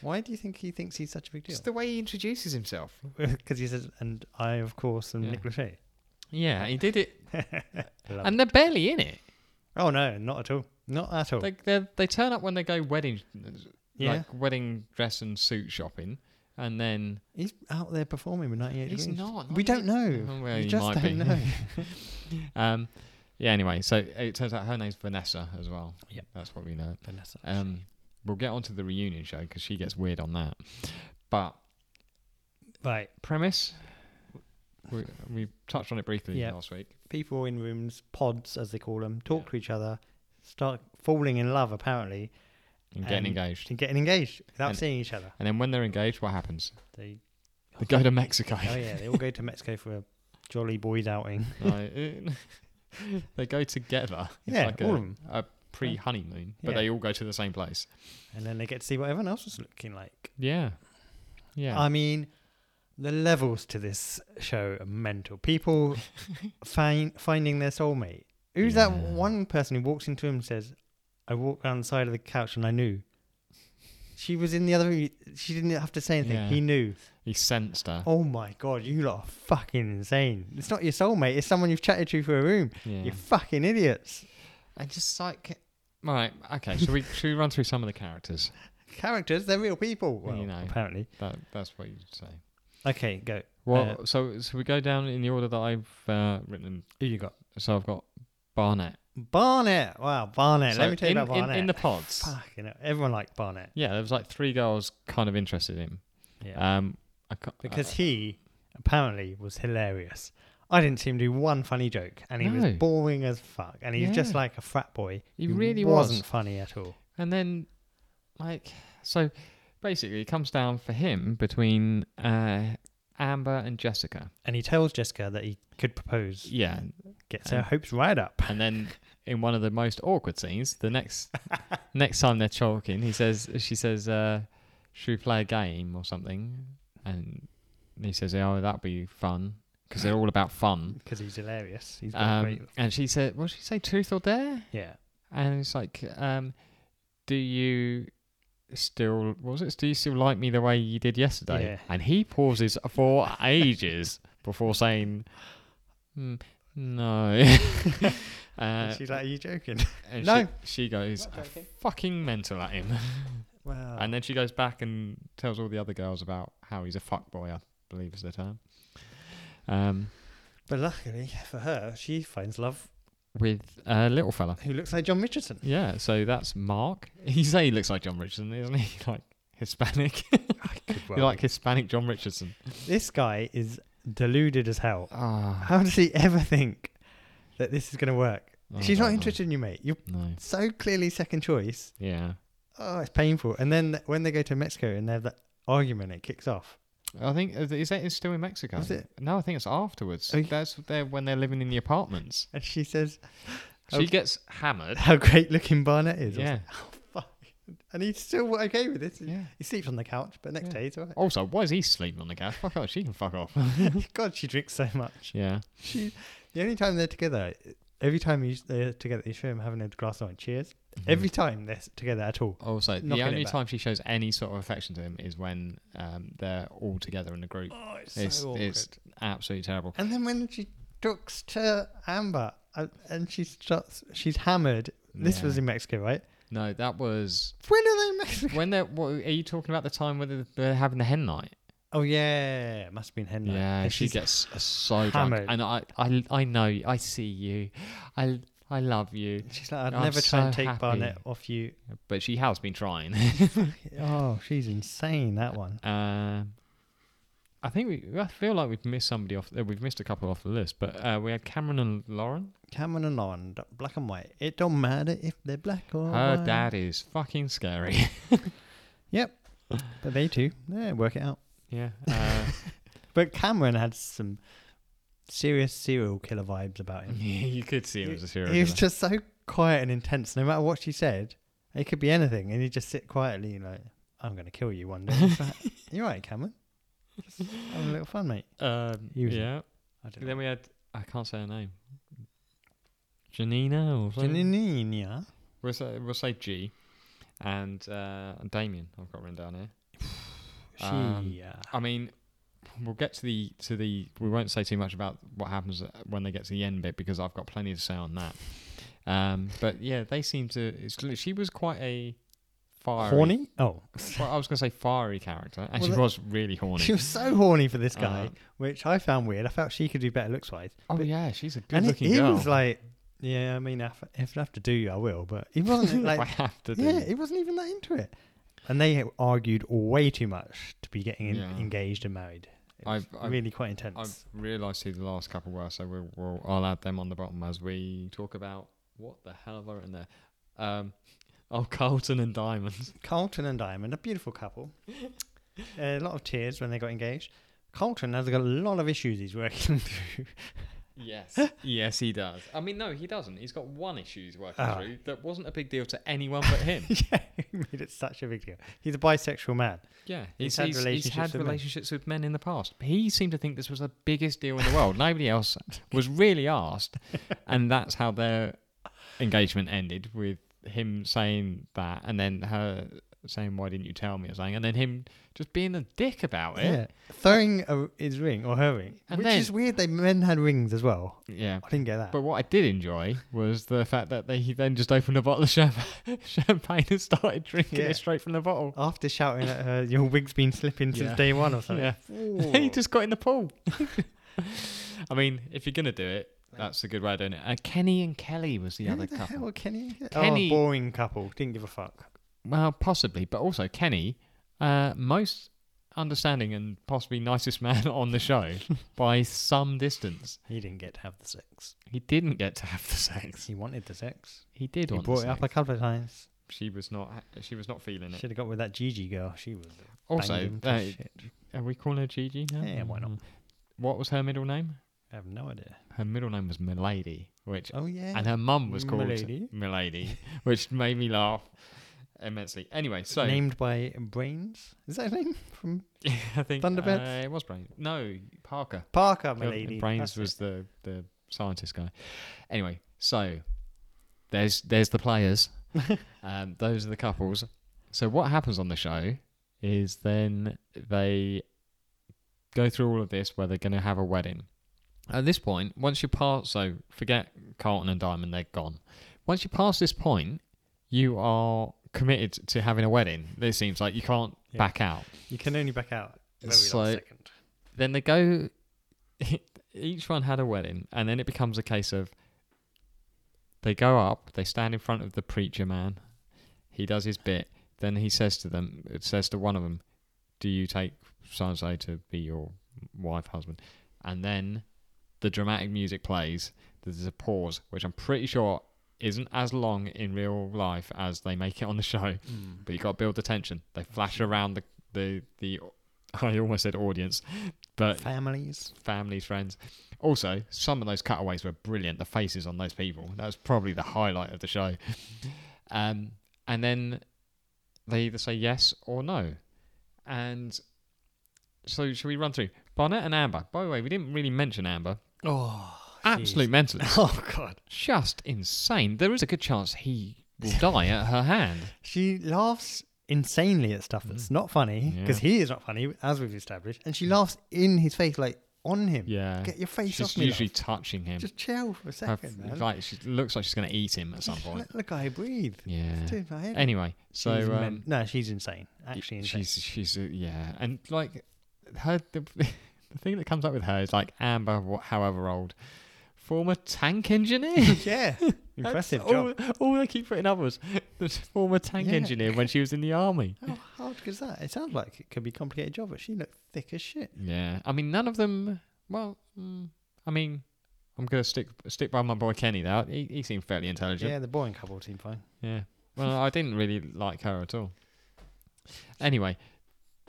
A: Why do you think he thinks he's such a big deal?
B: Just the way he introduces himself.
A: Because he says, and I, of course, am
B: Yeah.
A: Nick Lachey.
B: Yeah, he did it,
A: Love
B: and they're barely in it.
A: it. oh, no, not at all. Not at all.
B: They they they turn up when they go wedding,
A: yeah.
B: like wedding dress and suit shopping, and then
A: he's out there performing with 98
B: He's
A: Degrees.
B: not,
A: We don't know.
B: Oh, well,
A: we
B: he
A: just
B: might
A: don't
B: be.
A: know.
B: um, yeah. Anyway, so it turns out her name's Vanessa as well.
A: Yep.
B: that's what we know.
A: Vanessa.
B: Um, we'll get onto the reunion show because she gets weird on that. But
A: right.
B: premise, we we touched on it briefly
A: Yeah.
B: last week.
A: people in rooms, pods as they call them, talk
B: Yeah.
A: to each other, start falling in love apparently,
B: and getting
A: And-
B: engaged.
A: to getting engaged without
B: And-
A: seeing each other.
B: And then when they're engaged, what happens?
A: They,
B: They go to Mexico.
A: oh yeah, they all go to Mexico for a jolly boys outing.
B: Like, eh, they go together. It's
A: yeah,
B: like
A: all
B: a,
A: of them,
B: a pre honeymoon, but
A: Yeah.
B: they all go to the same place.
A: and then they get to see what everyone else is looking like.
B: Yeah. Yeah.
A: I mean, the levels to this show are mental. People find finding their soulmate. Who's that
B: Yeah.
A: one person who walks into him and says, "I walked around the side of the couch and I knew." She was in the other room. She didn't have to say anything.
B: Yeah.
A: He knew.
B: he sensed her.
A: Oh my god, you lot are fucking insane. It's not your soulmate. It's someone you've chatted to for a room.
B: Yeah.
A: You fucking idiots.
B: I just like. All right. Okay. Should we should we run through some of the characters?
A: Characters, they're real people.
B: You
A: Well,
B: know.
A: apparently.
B: That that's what you'd say.
A: Okay, go.
B: Well,
A: Uh,
B: so so we go down in the order that I've uh, written. them.
A: Who you got?
B: So I've got Barnett.
A: Barnett. Wow, Barnett.
B: So
A: Let me tell you
B: in,
A: about
B: in-
A: Barnett.
B: in the pods.
A: Fucking hell, everyone liked Barnett.
B: Yeah, there was like three girls kind of interested in him.
A: Yeah.
B: Um, I ca-
A: because he apparently was hilarious. I didn't see him do one funny joke, and he
B: No.
A: was boring as fuck. And he's just
B: Yeah.
A: like a frat boy.
B: He really
A: wasn't
B: was.
A: funny at all.
B: And then, like, so basically, it comes down for him between uh, Amber and Jessica.
A: And he tells Jessica that he could propose,
B: Yeah, uh,
A: gets her
B: and-
A: hopes right up.
B: and then in one of the most awkward scenes, the next next time they're talking, he says, she says, uh, "Should we play a game or something?" And he says, "Oh, that'd be fun," because they're all about fun.
A: Because he's hilarious. He's got great.
B: Um, and she said, "What did she say? Truth or dare?"
A: Yeah.
B: And it's like, um, do you still what was it? Do you still like me the way you did yesterday?
A: Yeah.
B: And he pauses for ages before saying, "Mm, no. uh,
A: And she's like, Are you joking?
B: and
A: "No."
B: she, she goes
A: Not joking.
B: fucking mental at him,
A: wow.
B: and then she goes back and tells all the other girls about how he's a fuckboy. I believe is the term. Um,
A: but luckily for her, she finds love
B: with a little fella.
A: who looks like John Richardson.
B: Yeah, so that's Mark. You say he looks like John Richardson, isn't he? Like Hispanic,
A: Well,
B: like Hispanic John Richardson.
A: this guy is deluded as hell.
B: Ah,
A: How does he ever think that this is going to work?
B: I
A: She's not
B: don't know.
A: interested in you, mate. You're
B: No.
A: so clearly second choice.
B: Yeah,
A: Oh, it's painful. And then th- when they go to Mexico and they have that argument, it kicks off.
B: I think is is that it's still in Mexico?
A: Is it?
B: No, I think it's afterwards.
A: Oh, y-
B: That's there when they're living in the apartments.
A: And she says
B: She
A: Okay.
B: gets hammered.
A: how great looking Barnett is. I was
B: Yeah.
A: like, oh, fuck. And he's still okay with this.
B: Yeah.
A: He sleeps on the couch, but next
B: Yeah.
A: day he's all right.
B: Also, why is he sleeping on the couch? Fuck off. She can fuck off.
A: God, she drinks so much.
B: yeah.
A: She, the only time they're together, every time you- they're together, you show him having a glass of wine. Cheers.
B: Mm-hmm.
A: Every time they're s- together at all.
B: Also,
A: Knocking
B: the
A: it
B: only
A: back.
B: time she shows any sort of affection to him is when um, they're all together in a group.
A: Oh, it's,
B: It's-
A: so awkward.
B: it's- Absolutely terrible.
A: And then when she talks to Amber uh, and she starts, she's hammered. This was
B: Yeah.
A: in Mexico, right?
B: No, that was
A: When are they in Mexico?
B: when they're. What, are you talking about the time where they're, they're having the hen night?
A: Oh yeah, must have been Henry.
B: Yeah, she gets so
A: hammered.
B: drunk, and I, I, I know, you. I see you, I, I love you,
A: She's like, I'd
B: I'm
A: never try and
B: so
A: take
B: happy.
A: Barnett off you.
B: but she has been trying.
A: Oh, she's insane that one.
B: um, I think we, I feel like we've missed somebody off. Uh, we've missed a couple off the list, but uh, we had Cameron and Lauren.
A: Cameron and Lauren, d- black and white. It don't matter if they're black or
B: Her
A: white.
B: dad is fucking scary.
A: Yep, but they too. Yeah, work it out.
B: yeah. Uh,
A: But Cameron had some serious serial killer vibes about him.
B: Yeah, you could see him
A: He-
B: as a serial
A: He was
B: killer.
A: just so quiet and intense. No matter what she said, it could be anything, and he'd just sit quietly and like, "I'm going to kill you one day." It's like, You're right, Cameron. Just having a little fun, mate.
B: um,
A: he was-
B: yeah.
A: I don't
B: Then
A: know.
B: we had I can't say her name. Janina or something.
A: Janina.
B: We'll say we'll say G, and uh, Damien. I've got written down here.
A: She. uh,
B: Um,
A: yeah.
B: I mean, we'll get to the to the. We won't say too much about what happens when they get to the end bit because I've got plenty to say on that. Um, but yeah, they seem to. It's, she was quite a fiery.
A: Horny? Oh,
B: Well, I was gonna say fiery character, and
A: Well,
B: she
A: that-
B: was really horny.
A: she was so horny for this guy,
B: Uh,
A: which I found weird. I felt she could do better looks wise.
B: oh
A: but-
B: yeah, she's a
A: And he,
B: good-looking
A: he
B: girl.
A: was like, "Yeah, I mean, if, if I have to do you, I will." But he wasn't
B: I
A: like,
B: have to do.
A: yeah, he wasn't even that into it. And they argued way too much to be getting en-
B: Yeah.
A: engaged and married. It was
B: I've- I've-
A: really quite intense.
B: I've realised who the last couple were, so we'll, we'll I'll add them on the bottom as we talk about what the hell have I written there. Um, Oh, Carlton and Diamond.
A: Colton and Diamond, a beautiful couple. a lot of tears when they got engaged. Colton has got a lot of issues he's working through.
B: Yes. yes, he does. I mean, no, he doesn't. He's got one issue he's working
A: Ah.
B: through that wasn't a big deal to anyone but him.
A: yeah, he made it such a big deal. He's a bisexual man.
B: yeah,
A: He's
B: he's,
A: had
B: he's, he's
A: relationships
B: had
A: with men.
B: relationships with men in the past. He seemed to think this was the biggest deal in the world. Nobody else was really asked. And that's how their engagement ended with him saying that and then her saying, Why didn't you tell me? or something. And then him just being a dick about it.
A: Yeah, throwing a, his ring or her ring,
B: Oh, And
A: which
B: then-
A: is weird. They men had rings as well.
B: yeah.
A: I didn't get that.
B: But what I did enjoy was the fact that they he then just opened a bottle of champ- champagne and started drinking
A: Yeah.
B: it straight from the bottle.
A: After shouting at her, your wig's been slipping since
B: Yeah.
A: day one or something.
B: Yeah. he just got in the pool. I mean, if you're gonna do it, that's a good way of doing it. Uh, Kenny and Kelly was the
A: Who
B: other
A: the
B: couple.
A: hell, Kenny?
B: Kenny-
A: Oh, boring couple. Didn't give a fuck.
B: Well, possibly, but also Kenny, uh, most understanding and possibly nicest man on the show by some distance.
A: He didn't get to have the sex.
B: He didn't get to have the sex.
A: He wanted the sex.
B: He did.
A: He
B: want the
A: brought it up a
B: sex.
A: couple of times.
B: She was not. She was not feeling it.
A: Should have got with that Gigi girl. She was
B: Also,
A: banging for
B: uh,
A: shit.
B: Are we calling her Gigi now? Mm.
A: Yeah, why not?
B: What was her middle name?
A: I have no idea.
B: Her middle name was Milady, which
A: Oh yeah.
B: and her mum was called
A: Milady.
B: Eh, Milady, which made me laugh immensely. Anyway, so
A: named by Brains. Is that her name from
B: I think
A: Thunderbirds?
B: Uh, it was Brains. No, Parker.
A: Parker?
B: Uh,
A: My lady.
B: Brains
A: That's
B: was the the scientist guy. Anyway, so there's there's the players. um, those are the couples. So what happens on the show is then they go through all of this where they're going to have a wedding. At this point, once you pass, so forget Carlton and Diamond, they're gone. Once you pass this point, you are committed to having a wedding. This seems like you can't
A: Yeah.
B: back out
A: it. You can only back out very
B: So-
A: last second.
B: then they go each one had a wedding and then it becomes a case of they go up they stand in front of the preacher man he does his bit then he says to them it says to one of them do you take so and so to be your wife husband and then the dramatic music plays there's a pause which i'm pretty sure isn't as long in real life as they make it on the show but you got to build the tension they flash around the the, the i almost said audience but
A: Families.
B: families, friends. Also, some of those cutaways were brilliant. The faces on those people. That was probably the highlight of the show. Um, and then they either say yes or no. And so, shall we run through Bonnet and Amber? By the way, we didn't really mention Amber.
A: Oh.
B: Absolute mentalist.
A: Oh god.
B: Just insane. There is a good chance he will die at her hand.
A: She laughs insanely at stuff that's not funny
B: Mm-hmm. Yeah. Mm.
A: because he is not funny, as we've established, and she laughs in his face, like on him.
B: Yeah.
A: Get your face
B: She's
A: off me.
B: usually
A: love.
B: touching him.
A: Just chill for a
B: Her-
A: second, man.
B: like she looks like she's going to eat him at some
A: Just
B: point.
A: Let the guy breathe.
B: Yeah.
A: It's doing my head.
B: Anyway, so
A: She's
B: um,
A: men- no, she's insane.
B: Y-
A: Actually, insane.
B: she's she's uh, yeah, and like her the, the thing that comes up with her is like Amber, wh- however old, former tank engineer.
A: yeah,
B: That's
A: impressive
B: all,
A: job.
B: All they keep putting up was the former tank
A: Yeah.
B: engineer when she was in the army.
A: How hard is that? It sounds like it could be a complicated job, but she looked thick as shit.
B: Yeah, I mean none of them. Well, mm, I mean. I'm gonna stick stick by my boy Kenny. Now he, he seemed fairly intelligent.
A: Yeah, the boring couple seemed fine.
B: Yeah. Well, I didn't really like her at all. Anyway,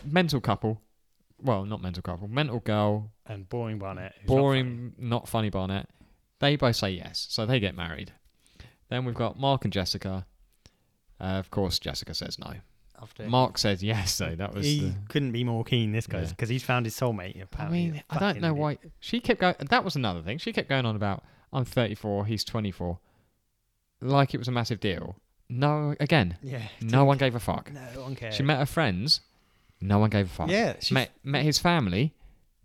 B: mental couple. Well, not mental couple. Mental girl
A: And boring Barnett. who's not funny.
B: boring, not funny Barnett. They both say yes, so they get married. Then we've got Mark and Jessica. Uh, of course, Jessica says no.
A: After
B: Mark says yes, though. That was.
A: he
B: The,
A: couldn't be more keen. This guy's
B: Yeah.
A: because he's found his soulmate.
B: I
A: Apparently,
B: mean, I don't
A: Fucking
B: know
A: idiot.
B: why she kept going. That was another thing. She kept going on about I'm 34, he's 24, like it was a massive deal. No, again,
A: Yeah.
B: no one gave a fuck.
A: No one cares.
B: She met her friends. No one gave a fuck.
A: Yeah. She,
B: met met his family.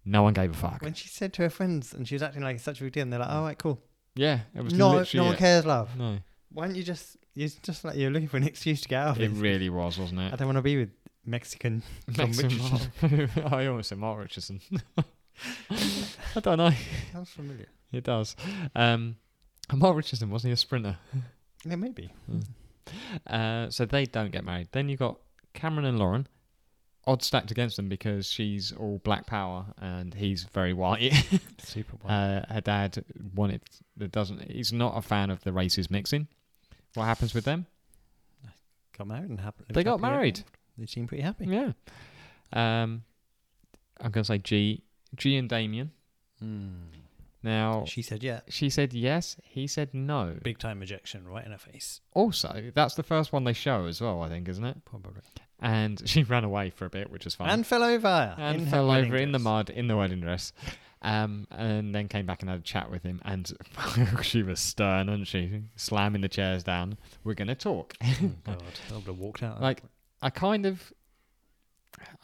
B: No one gave a fuck.
A: when she said to her friends, and she was acting like it's such a big deal, and they're like, "All right, cool.
B: Yeah, Mm. it was
A: No, no
B: literally
A: one
B: it.
A: cares, love.
B: No,
A: Why don't you just? You're just like you're looking for an excuse to get out of
B: it
A: it.
B: really was, wasn't it?
A: I don't want to be with Mexican. Tom
B: Next to
A: Richardson.
B: Mark- I almost said Mark Richardson. I don't know.
A: Sounds familiar.
B: It does. Um, and Mark Richardson wasn't he a sprinter?
A: Yeah, maybe.
B: Uh, so they don't get married. Then you got Cameron and Lauren. Odd stacked against them because she's all black power and he's very white.
A: Super boring.
B: uh, her dad wanted that doesn't. He's not a fan of the races mixing. What happens with them?
A: got married and happy.
B: They got married.
A: They seem pretty happy.
B: Yeah. Um, I'm gonna say G, G and Damien.
A: Hmm.
B: Now
A: She said, "Yeah,
B: she said yes, he said no.
A: big time rejection right in her face,
B: Also, that's the first one they show as well, I think, isn't it?
A: probably."
B: And she ran away for a bit, which is fun.
A: And fell over.
B: and
A: in her
B: fell
A: wedding
B: over in the
A: dress.
B: mud in the wedding dress. Um, and then came back and had a chat with him, and she was stern, and she slamming the chairs down. We're gonna talk.
A: Oh, God, I would have walked out.
B: Like- I kind of,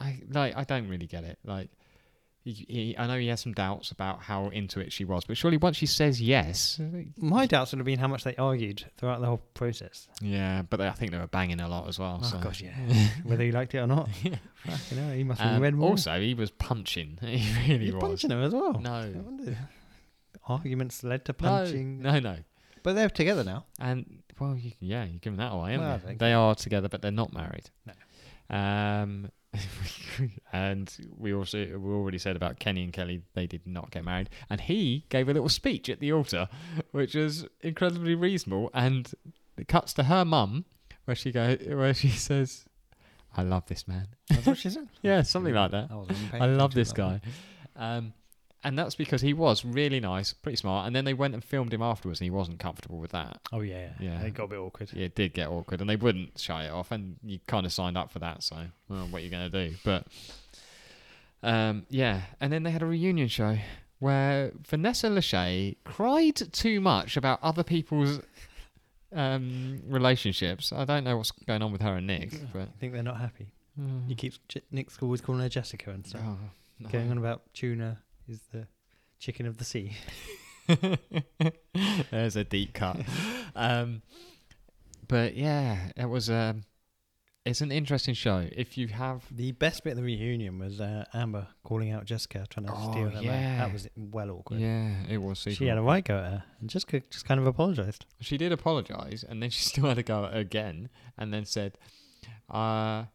B: I like, I don't really get it. Like, he, he, I know he has some doubts about how into it she was, but surely once she says yes,
A: my doubts would have been how much they argued throughout the whole process.
B: yeah. But they, I think they were banging a lot as well.
A: Oh
B: so.
A: gosh, yeah. Whether he liked it or not,
B: Yeah.
A: Fucking hell, he must have
B: Um,
A: read more.
B: also, he was punching. He really
A: He's
B: was.
A: punching her as well. No
B: No,
A: wonder. Arguments led to punching.
B: no, no, no.
A: But they're together now.
B: And well, you, yeah, you're giving that away, aren't
A: Well,
B: you?
A: thank
B: They are together, but they're not married.
A: No.
B: Um, and we also we already said about Kenny and Kelly, they did not get married, and he gave a little speech at the altar, which is incredibly reasonable. And it cuts to her mum, where she go, where she says, "I love this man."
A: That's what she said.
B: Yeah, something like that.
A: I, wasn't even paying
B: I love
A: attention
B: this
A: to that
B: guy.
A: one.
B: Um, and that's because he was really nice, pretty smart. And then they went and filmed him afterwards, and he wasn't comfortable with that.
A: Oh yeah, yeah.
B: Yeah.
A: It got a bit awkward.
B: Yeah, it did get awkward, and they wouldn't shy it off, and you kind of signed up for that, so well, what are you going to do? But um, yeah, and then they had a reunion show where Vanessa Lachey cried too much about other people's um, relationships. I don't know what's going on with her and Nick, but
A: I think they're not happy.
B: Mm.
A: He keeps J- Nick's always calling her Jessica and stuff,
B: Oh, no.
A: going on about tuna is the chicken of the sea.
B: There's a deep cut. um, but yeah, it was. Um, it's an interesting show. If you have
A: The best bit of the reunion was uh, Amber calling out Jessica trying to
B: Oh,
A: steal her. man.
B: yeah.
A: That was well awkward.
B: Yeah, it was super.
A: She had a right go at her, and Jessica just kind of apologized.
B: she did apologize, and then she still had to go again, and then said, uh,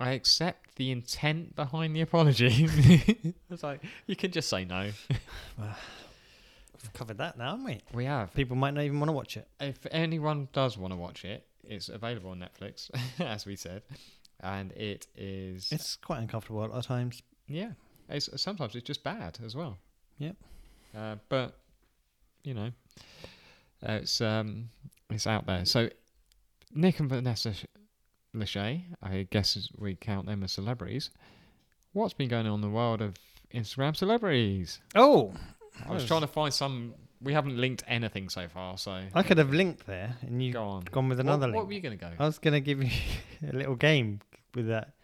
B: "I accept the intent behind the apology." it's like you can just say no.
A: We've covered that now, haven't we?
B: We have.
A: People might not even want to watch it.
B: If anyone does want to watch it, it's available on Netflix, as we said, and it is.
A: It's quite uncomfortable at times.
B: yeah, it's uh, sometimes it's just bad as well.
A: Yep.
B: Uh, but you know, uh, it's um, it's out there. So Nick and Vanessa Sh- Lachey, I guess is- we count them as celebrities. What's been going on in the world of Instagram celebrities?
A: Oh,
B: I was
A: Yes.
B: trying to find some. We haven't linked anything so far, so
A: I could have linked there, and you
B: go on.
A: gone with another
B: what, what
A: link. Oh.
B: were you going to go?
A: I was gonna give you a little game with that.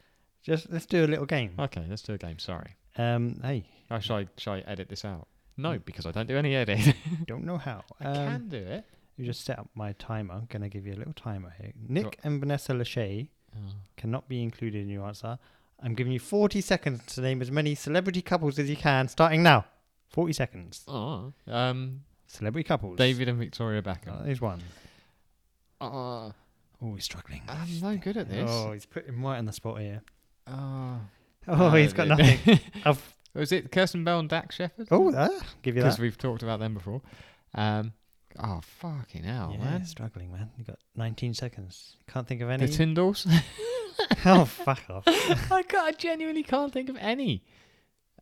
A: Just let's do a little game.
B: okay, let's do a game. Sorry.
A: Um, hey,
B: Oh, shall I, shall I edit this out? No, because I don't do any edit.
A: don't know how.
B: I
A: Mm. um,
B: can do it.
A: You just set up my timer. I'm gonna give you a little timer here. Nick and Vanessa Lachey
B: Oh.
A: cannot be included in your answer. I'm giving you 40 seconds to name as many celebrity couples as you can, starting now. 40 seconds.
B: Oh, um,
A: Celebrity couples.
B: David and Victoria
A: Oh,
B: Beckham.
A: there's one.
B: Uh,
A: Oh, he's struggling.
B: I'm no good at this.
A: Oh, he's put him right on the spot here.
B: Oh,
A: Oh, he's got nothing. I've,
B: Was it Kirsten Bell and Dax Shepard?
A: oh, there. Give you
B: because
A: that.
B: we've talked about them before. Um, oh fucking hell,
A: yeah,
B: man!
A: struggling, man. You got 19 seconds. Can't think of
B: The
A: any.
B: Tyndalls.
A: oh, fuck off.
B: I, can't, I genuinely can't think of any.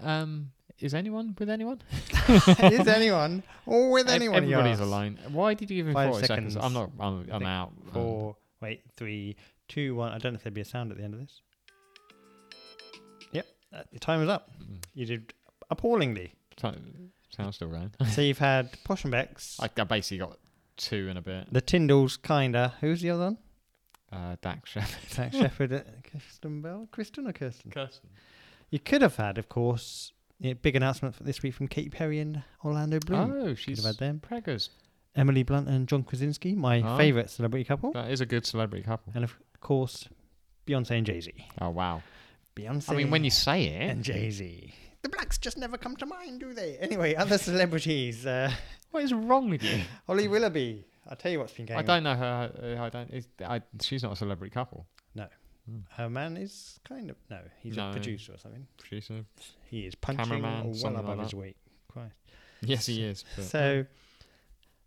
B: Um, is anyone with anyone?
A: Is anyone or with
B: Ev-
A: anyone? he
B: Everybody's
A: asked.
B: alone. Why did you give him
A: Five
B: 40 seconds?
A: seconds.
B: I'm not. I'm, I'm
A: Think
B: out. Um,
A: Four, wait, three, two, one. I don't know if there'd be a sound at the end of this. Yep, uh, the time is up.
B: mm,
A: You did appallingly.
B: so- Sounds still going.
A: so you've had Posh and Beck's,
B: I, I basically got two in a bit.
A: the Tyndalls, kinda. Who's the other one?
B: Uh, Dax Shepard.
A: Tax Shepherd, uh, Kirsten Bell, Kristen or Kirsten?
B: Kirsten.
A: You could have had, of course, a big announcement for this week from Katy Perry and Orlando Bloom.
B: Oh,
A: could
B: she's
A: have had them.
B: preggers.
A: Emily Blunt and John Krasinski, my
B: Ah.
A: favourite celebrity couple,
B: That is a good celebrity couple.
A: and of course, Beyonce and Jay Z.
B: Oh wow!
A: Beyonce.
B: I mean, when you say
A: and
B: it,
A: Jay Z. The blacks just never come to mind, do they? Anyway, other celebrities. Uh,
B: what is wrong with you?
A: Holly Willoughby. I'll tell you what's been going
B: I don't know her. uh, I don't. It's, I, she's not a celebrity couple.
A: on. Her man is kind of. No, he's
B: No.
A: a producer or something.
B: She's a,
A: He is punching
B: Cameraman,
A: well
B: something
A: above
B: like
A: his
B: that.
A: weight. Christ.
B: yes, he is. But
A: so,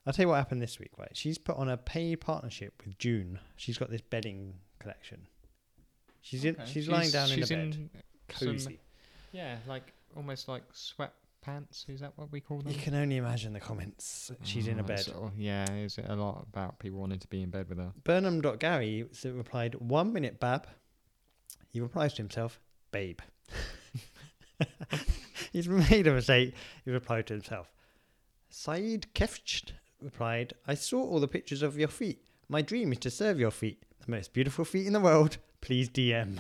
A: I'll tell you what happened this week, right? She's put on a pay partnership with June. She's got this bedding collection. She's in,
B: Okay.
A: she's, lying down
B: she's
A: in a bed,
B: some-
A: cozy.
B: yeah, like almost like sweatpants. Is that what we call them?
A: You can only imagine the comments. She's in a
B: Oh,
A: bed.
B: so- yeah, is it a lot about people wanting to be in bed with her?
A: Burnham.Gary s- replied, One minute, Bab. He replies to himself, Babe. He's made a mistake. He replied to himself. Saeed Kefcht replied, I saw all the pictures of your feet. My dream is to serve your feet, the most beautiful feet in the world. Please DM.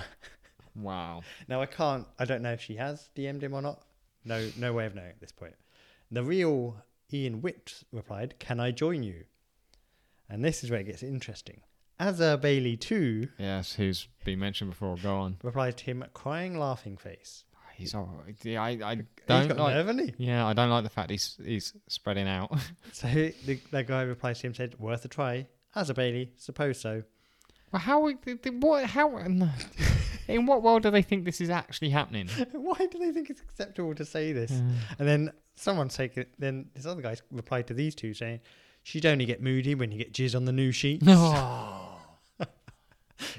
B: Wow.
A: Now, I can't, I don't know if she has DM'd him or not. No, no way of knowing at this point. The real Ian Witt replied, Can I join you? And this is where it gets interesting. Azar Bailey, too,
B: Yes, who's been mentioned before? Go on.
A: replied to him, crying, laughing face.
B: He's all. Yeah, I, I
A: he's
B: don't
A: got
B: like.
A: nerve, hasn't he?
B: Yeah, I don't like the fact he's he's spreading out.
A: So the, the guy replies to him, said, Worth a try. Azar Bailey, suppose so.
B: well, how? would- th- th- What? How? no. In what world do they think this is actually happening? Uh,
A: Why do they think it's acceptable to say this? And then someone's taken. Then this other guy replied to these two saying, "She'd only get moody when you get jizz on the new sheets."
B: No.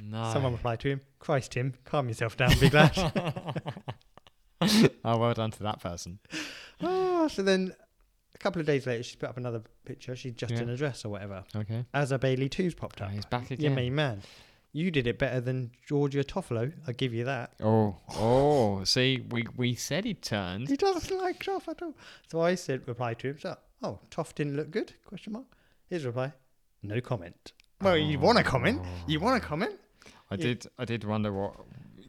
B: no.
A: Someone replied to him, "Christ, Tim, calm yourself down, big lad."
B: oh, well done to that person.
A: Ah, so then, a couple of days later, she's put up another picture. She's just
B: Yeah.
A: in a dress or whatever.
B: Okay.
A: Azza Bailey two's popped
B: Oh,
A: up.
B: he's back
A: you
B: again.
A: main man. You did it better than Georgia Toffolo. I give you that.
B: Oh, oh. See, we we said he turned.
A: He doesn't like Toff at all. So I said, reply to him, so, oh, Toff didn't look good? Question mark. His reply, no comment. Well, you
B: Oh.
A: want to comment? You want to comment?
B: I
A: Yeah.
B: did. I did wonder what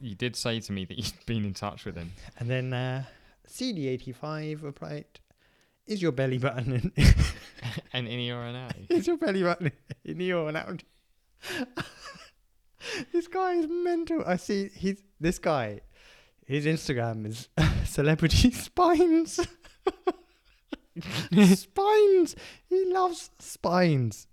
B: you did say to me that you'd been in touch with him.
A: And then uh, CD85 replied, is your belly button in,
B: and in your and out.
A: is your belly button in your and out? this guy is mental. I see he's this guy. His Instagram is celebrity spines. spines. He loves spines.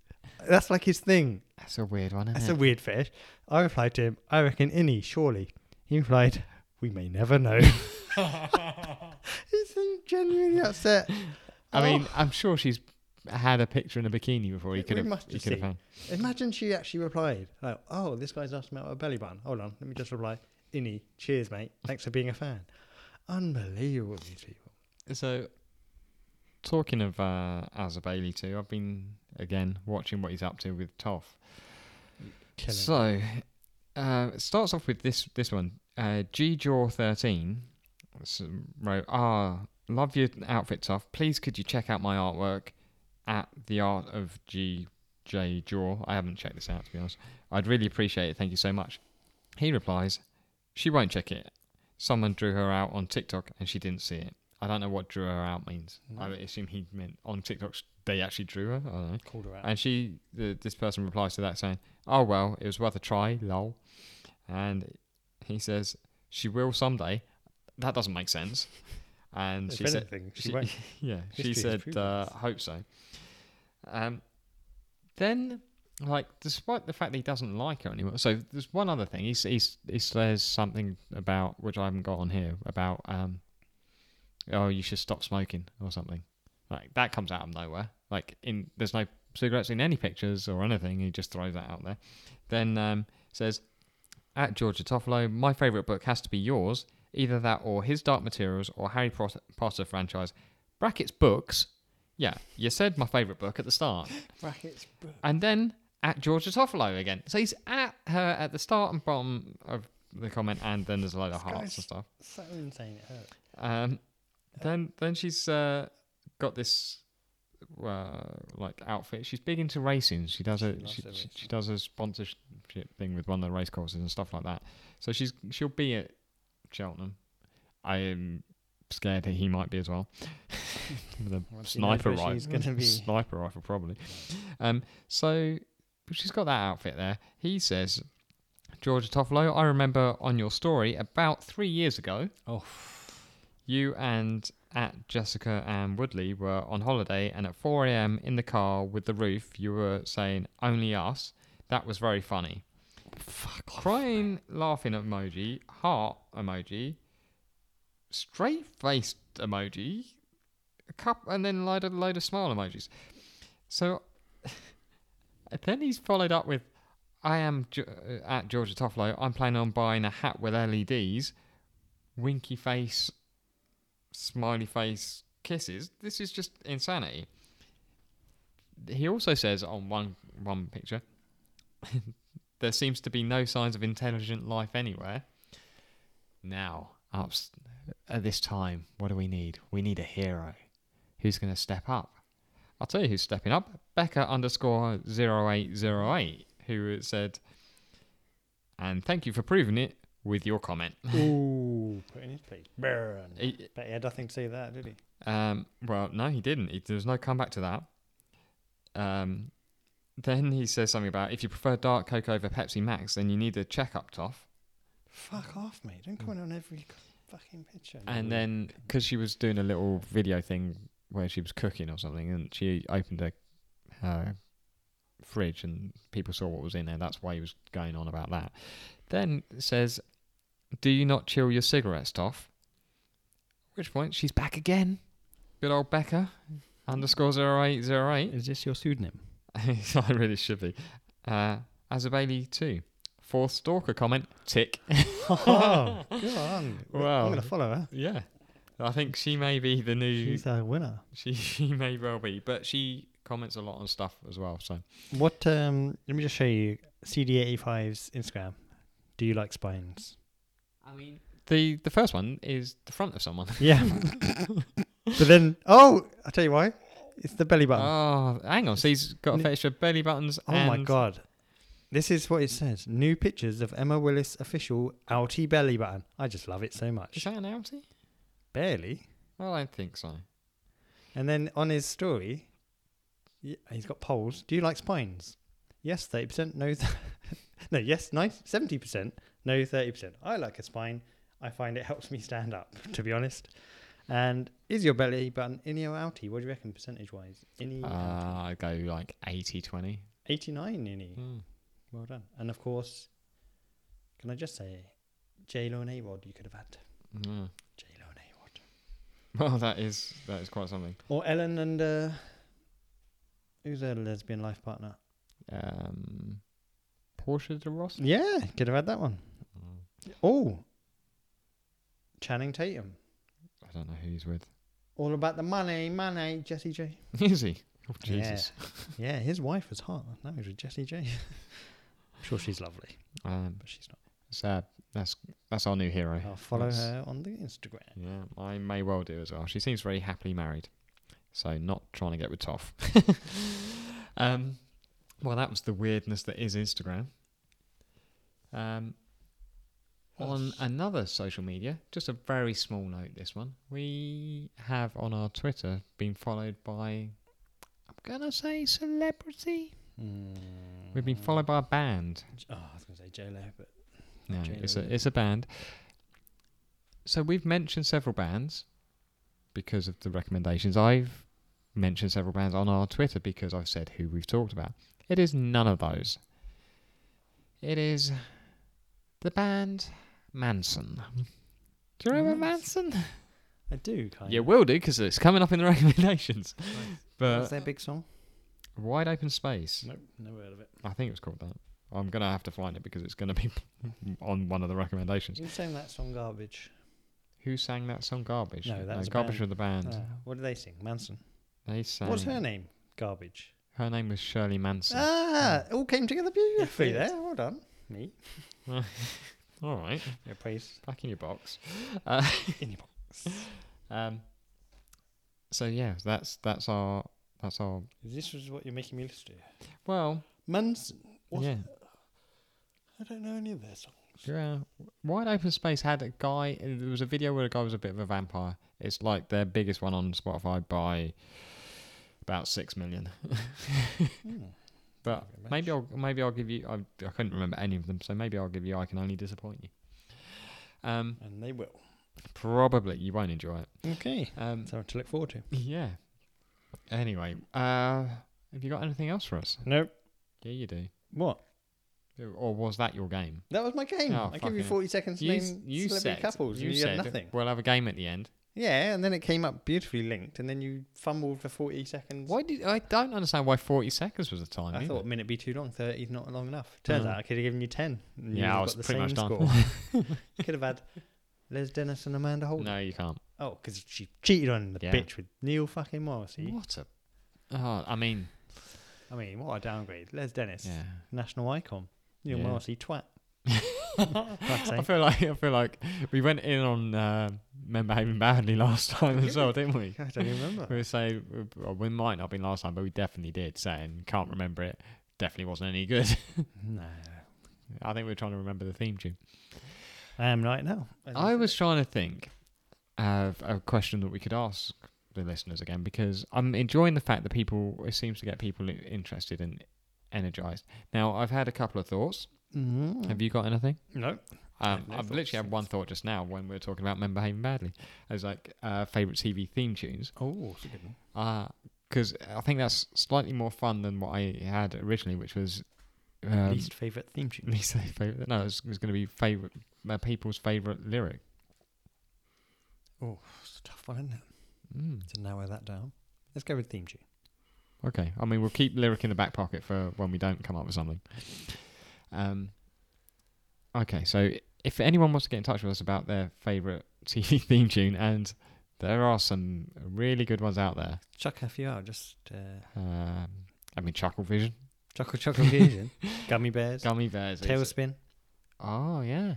A: That's like his thing.
B: That's a weird one, isn't
A: That's
B: it?
A: a weird fish. I replied to him, I reckon Innie, surely. He replied, We may never know. He's genuinely upset. Oh.
B: I mean, I'm sure she's had a picture in a bikini before. You
A: We
B: could have.
A: must
B: You
A: have
B: could have
A: seen.
B: found.
A: Imagine she actually replied, like, oh, this guy's asking about a belly button. Hold on, let me just reply, Innie, cheers, mate. Thanks for being a fan. Unbelievable, these people.
B: So, talking of uh, Azza Bailey too, I've been again watching what he's up to with Toff.
A: Killing.
B: So, uh, it starts off with this this one. Uh, G Jaw thirteen s- wrote, "Ah, love your outfits off. Please, could you check out my artwork at the art of G J Jaw? I haven't checked this out to be honest. I'd really appreciate it. Thank you so much." He replies, "She won't check it. Someone drew her out on TikTok and she didn't see it. I don't know what drew her out means. I assume he meant on TikTok sh- they actually drew her. I don't know."
A: called her out.
B: And she, the, this person replies to that saying, "Oh well, it was worth a try, lol." And he says, "She will someday." That doesn't make sense. And
A: if
B: she said,
A: anything, she,
B: she-
A: won't.
B: "Yeah,"
A: History
B: she
A: has
B: said,
A: proven
B: uh,
A: this.
B: "Hope so." Um, then, like, despite the fact that he doesn't like her anymore, so there's one other thing. He's, he's, he says something about which I haven't got on here about, um, oh, you should stop smoking or something. Like that comes out of nowhere. Like in there's no cigarettes in any pictures or anything. He just throws that out there. Then um, says at Georgia Toffolo, my favourite book has to be yours. Either that or his Dark Materials or Harry Pot- Potter franchise. Brackets books. Yeah, you said my favourite book at the start.
A: Brackets. bro.
B: And then at Georgia Toffolo again. So he's at her at the start and bottom of the comment, and then there's a load of
A: This
B: hearts
A: guy's-
B: and stuff.
A: So insane. It hurt.
B: Um, then then she's uh, got this uh, like outfit. She's big into racing. She does
A: She
B: a
A: loves
B: she,
A: her
B: she, she
A: racing.
B: does a sponsorship thing with one of the race courses and stuff like that. So she's she'll be at Cheltenham. I am scared that he might be as well. With a
A: Once he knows
B: sniper
A: where
B: rifle.
A: she's gonna be.
B: Sniper rifle probably. Um, so she's got that outfit there. He says, Georgia Toffolo, I remember on your story about three years ago.
A: Oh.
B: You and at Jessica and Woodley were on holiday, and at 4 a.m. in the car with the roof, you were saying "Only us." That was very funny. Crying, laughing emoji, heart emoji, straight faced emoji, a cup, and then load a load of smile emojis. So then he's followed up with, "I am Ge- uh, at Georgia Toffolo. I'm planning on buying a hat with LEDs, winky face, smiley face, kisses. This is just insanity." He also says on one one picture, "There seems to be no signs of intelligent life anywhere." Now, ups, at this time, what do we need? We need a hero. Who's going to step up? I'll tell you who's stepping up. Becca underscore 0808, who said, and thank you for proving it with your comment.
A: Ooh, put in his plate. Burn.
B: He-
A: Bet he had nothing to say to that, did he?
B: um, well, no, he didn't. He, there was no comeback to that. Um, then he says something about if you prefer Dark Coke over Pepsi Max, then you need a checkup, Toff.
A: Fuck off, mate. Don't comment on every fucking picture.
B: Mm. And then, because she was doing a little video thing where she was cooking or something, and she opened her, her fridge and people saw what was in there. That's why he was going on about that. Then it says, Do you not chill your cigarettes, Toff? Which point she's back again. Good old Becca, underscore 0808.
A: Is this your pseudonym?
B: I really should be. Uh, Azabailey too. Fourth stalker comment, tick.
A: oh, go on.
B: Wow.
A: I'm going to follow her.
B: Yeah. I think she may be the new.
A: She's a winner.
B: She she may well be, but she comments a lot on stuff as well. So
A: What? Um, let me just show you CD85's Instagram. Do you like spines?
B: I mean, the the first one is the front of someone.
A: Yeah. but then, oh, I'll tell you why. It's the belly button.
B: Oh, hang on. So he's got a
A: N-
B: fetish for belly buttons.
A: oh my
B: and-
A: god. This is what it says. New pictures of Emma Willis official outie belly button. I just love it so
B: Is
A: much.
B: that an outie?
A: Barely.
B: Well, I don't think so.
A: And then on his story, y- he's got polls. Do you like spines? Yes, 30%. No, th- no yes, nice, 70%. No, 30%. I like a spine. I find it helps me stand up, to be honest. And is your belly button innie or outie? What do you reckon percentage wise? Innie,
B: Uh,
A: outie?
B: I go like Hmm. 80 20.
A: 89 innie. Well done. And of course, can I just say, J-Lo and A-Rod you could have had.
B: Yeah.
A: J-Lo and A-Rod.
B: Hmm. Well, that is that is quite something.
A: Or Ellen and, uh, who's her lesbian life partner?
B: Um, Porsche de Ross.
A: Yeah, could have had that one.
B: Mm.
A: Oh, Channing Tatum.
B: I don't know who he's with.
A: All about the money, money, Jesse J.
B: is he? Oh,
A: Yeah.
B: Jesus.
A: Yeah, his wife was hot. Now he's with Jesse J. I'm sure she's lovely,
B: Um,
A: but she's not.
B: so that's that's our new hero.
A: I'll follow
B: That's-
A: her on the Instagram.
B: Yeah, I may well do as well. She seems very happily married, so not trying to get with Toff. um, well, that was the weirdness that is Instagram. Um, on another social media, just a very small note. This one we have on our Twitter been followed by. I'm gonna say celebrity. We've been followed by a band.
A: Oh, I was going to say J-Lo, but
B: No,
A: Jane
B: it's a
A: Owen.
B: it's a band. So we've mentioned several bands because of the recommendations. I've mentioned several bands on our Twitter because I've said who we've talked about. It is none of those. It is the band Manson. Do you remember
A: Manson.
B: Manson?
A: I do kind
B: You
A: of.
B: will do because it's coming up in the recommendations.
A: What's
B: But
A: their big song?
B: Wide Open Space.
A: Nope, never heard of it.
B: I think it was called that. I'm gonna have to find it because it's gonna be on one of the recommendations.
A: You sang that song garbage.
B: Who sang that song? Garbage.
A: No, that was a
B: Garbage
A: band.
B: with the band.
A: Ah, what did they sing? Manson.
B: They sang.
A: What's her name? Garbage.
B: Her name was Shirley Manson.
A: Ah, it all came together beautifully
B: did.
A: there. Well done. Me.
B: All right,
A: Your praise
B: back in your box. Uh,
A: in your box.
B: um, so yeah, that's that's our that's our
A: This was what you're making me listen to.
B: well
A: Manson. What?
B: yeah
A: I don't know any of their songs.
B: yeah. Wide Open Space had a guy. There was a video where a guy was a bit of a vampire. It's like their biggest one on Spotify by about six million.
A: Hmm.
B: But
A: Very much.
B: maybe I'll maybe I'll give you. I, I couldn't remember any of them, so maybe I'll give you. I can only disappoint you. Um,
A: And they will.
B: probably you won't enjoy it.
A: Okay.
B: Um,
A: Something to look forward to.
B: yeah. Anyway, uh, have you got anything else for us?
A: Nope.
B: Yeah, you do.
A: What?
B: Or was that your game?
A: That was my game.
B: Oh,
A: I give you
B: fucking-
A: 40 seconds to
B: You,
A: name
B: you
A: celebrity
B: said
A: couples and you, had nothing.
B: We'll have a game at the end.
A: Yeah, and then it came up beautifully linked, and then you fumbled for 40 seconds.
B: Why did I don't understand why 40 seconds was the time?
A: I
B: either.
A: thought a minute be too long, 30 is not long enough. Turns
B: Uh-huh.
A: out I could have given you 10. and you'd
B: Yeah, I
A: have
B: was
A: got the
B: pretty much
A: same
B: done.
A: score. could have had Les Dennis and Amanda Holt.
B: No, you can't.
A: Oh, because she cheated on the
B: Yeah.
A: bitch with Neil fucking Morrissey.
B: What a. Oh, I mean,
A: I mean, what a downgrade. Les Dennis,
B: yeah.
A: national icon. Neil
B: Yeah.
A: Morrissey, twat.
B: I
A: sake.
B: feel like I feel like we went in on uh, men behaving badly last time as well, didn't we?
A: I don't even remember.
B: We say well, we might not have been last time, but we definitely did. Saying can't remember it, definitely wasn't any good.
A: no.
B: I think we were trying to remember the theme tune.
A: I am right now. as you
B: I
A: said
B: was trying to think of a question that we could ask the listeners again because I'm enjoying the fact that people it seems to get people i- interested and energized. Now I've had a couple of thoughts.
A: it. Mhm.
B: Have you got anything?
A: No. I
B: Um,
A: have no
B: I've
A: thoughts,
B: literally had one thought just now when we were talking about men behaving badly. I was like uh, favorite TV theme tunes
A: Oh, it's a good one.
B: because I think that's slightly more fun than what I had originally, which was um,
A: Least favourite theme tune.
B: least favorite. No, it's going to be favorite uh, people's favorite lyric.
A: Oh, it's a tough one, isn't it?
B: Mm.
A: To narrow that down. Let's go with theme tune.
B: Okay. I mean, we'll keep lyric in the back pocket for when we don't come up with something. Um, okay. So if anyone wants to get in touch with us about their favourite TV theme tune, and there are some really good ones out there.
A: Chuck a few out. Just uh,
B: Um, I mean, Chuckle Vision,
A: Chuckle Chuckle Fusion. Gummy Bears.
B: Gummy Bears. is-
A: Tailspin.
B: Oh, yeah.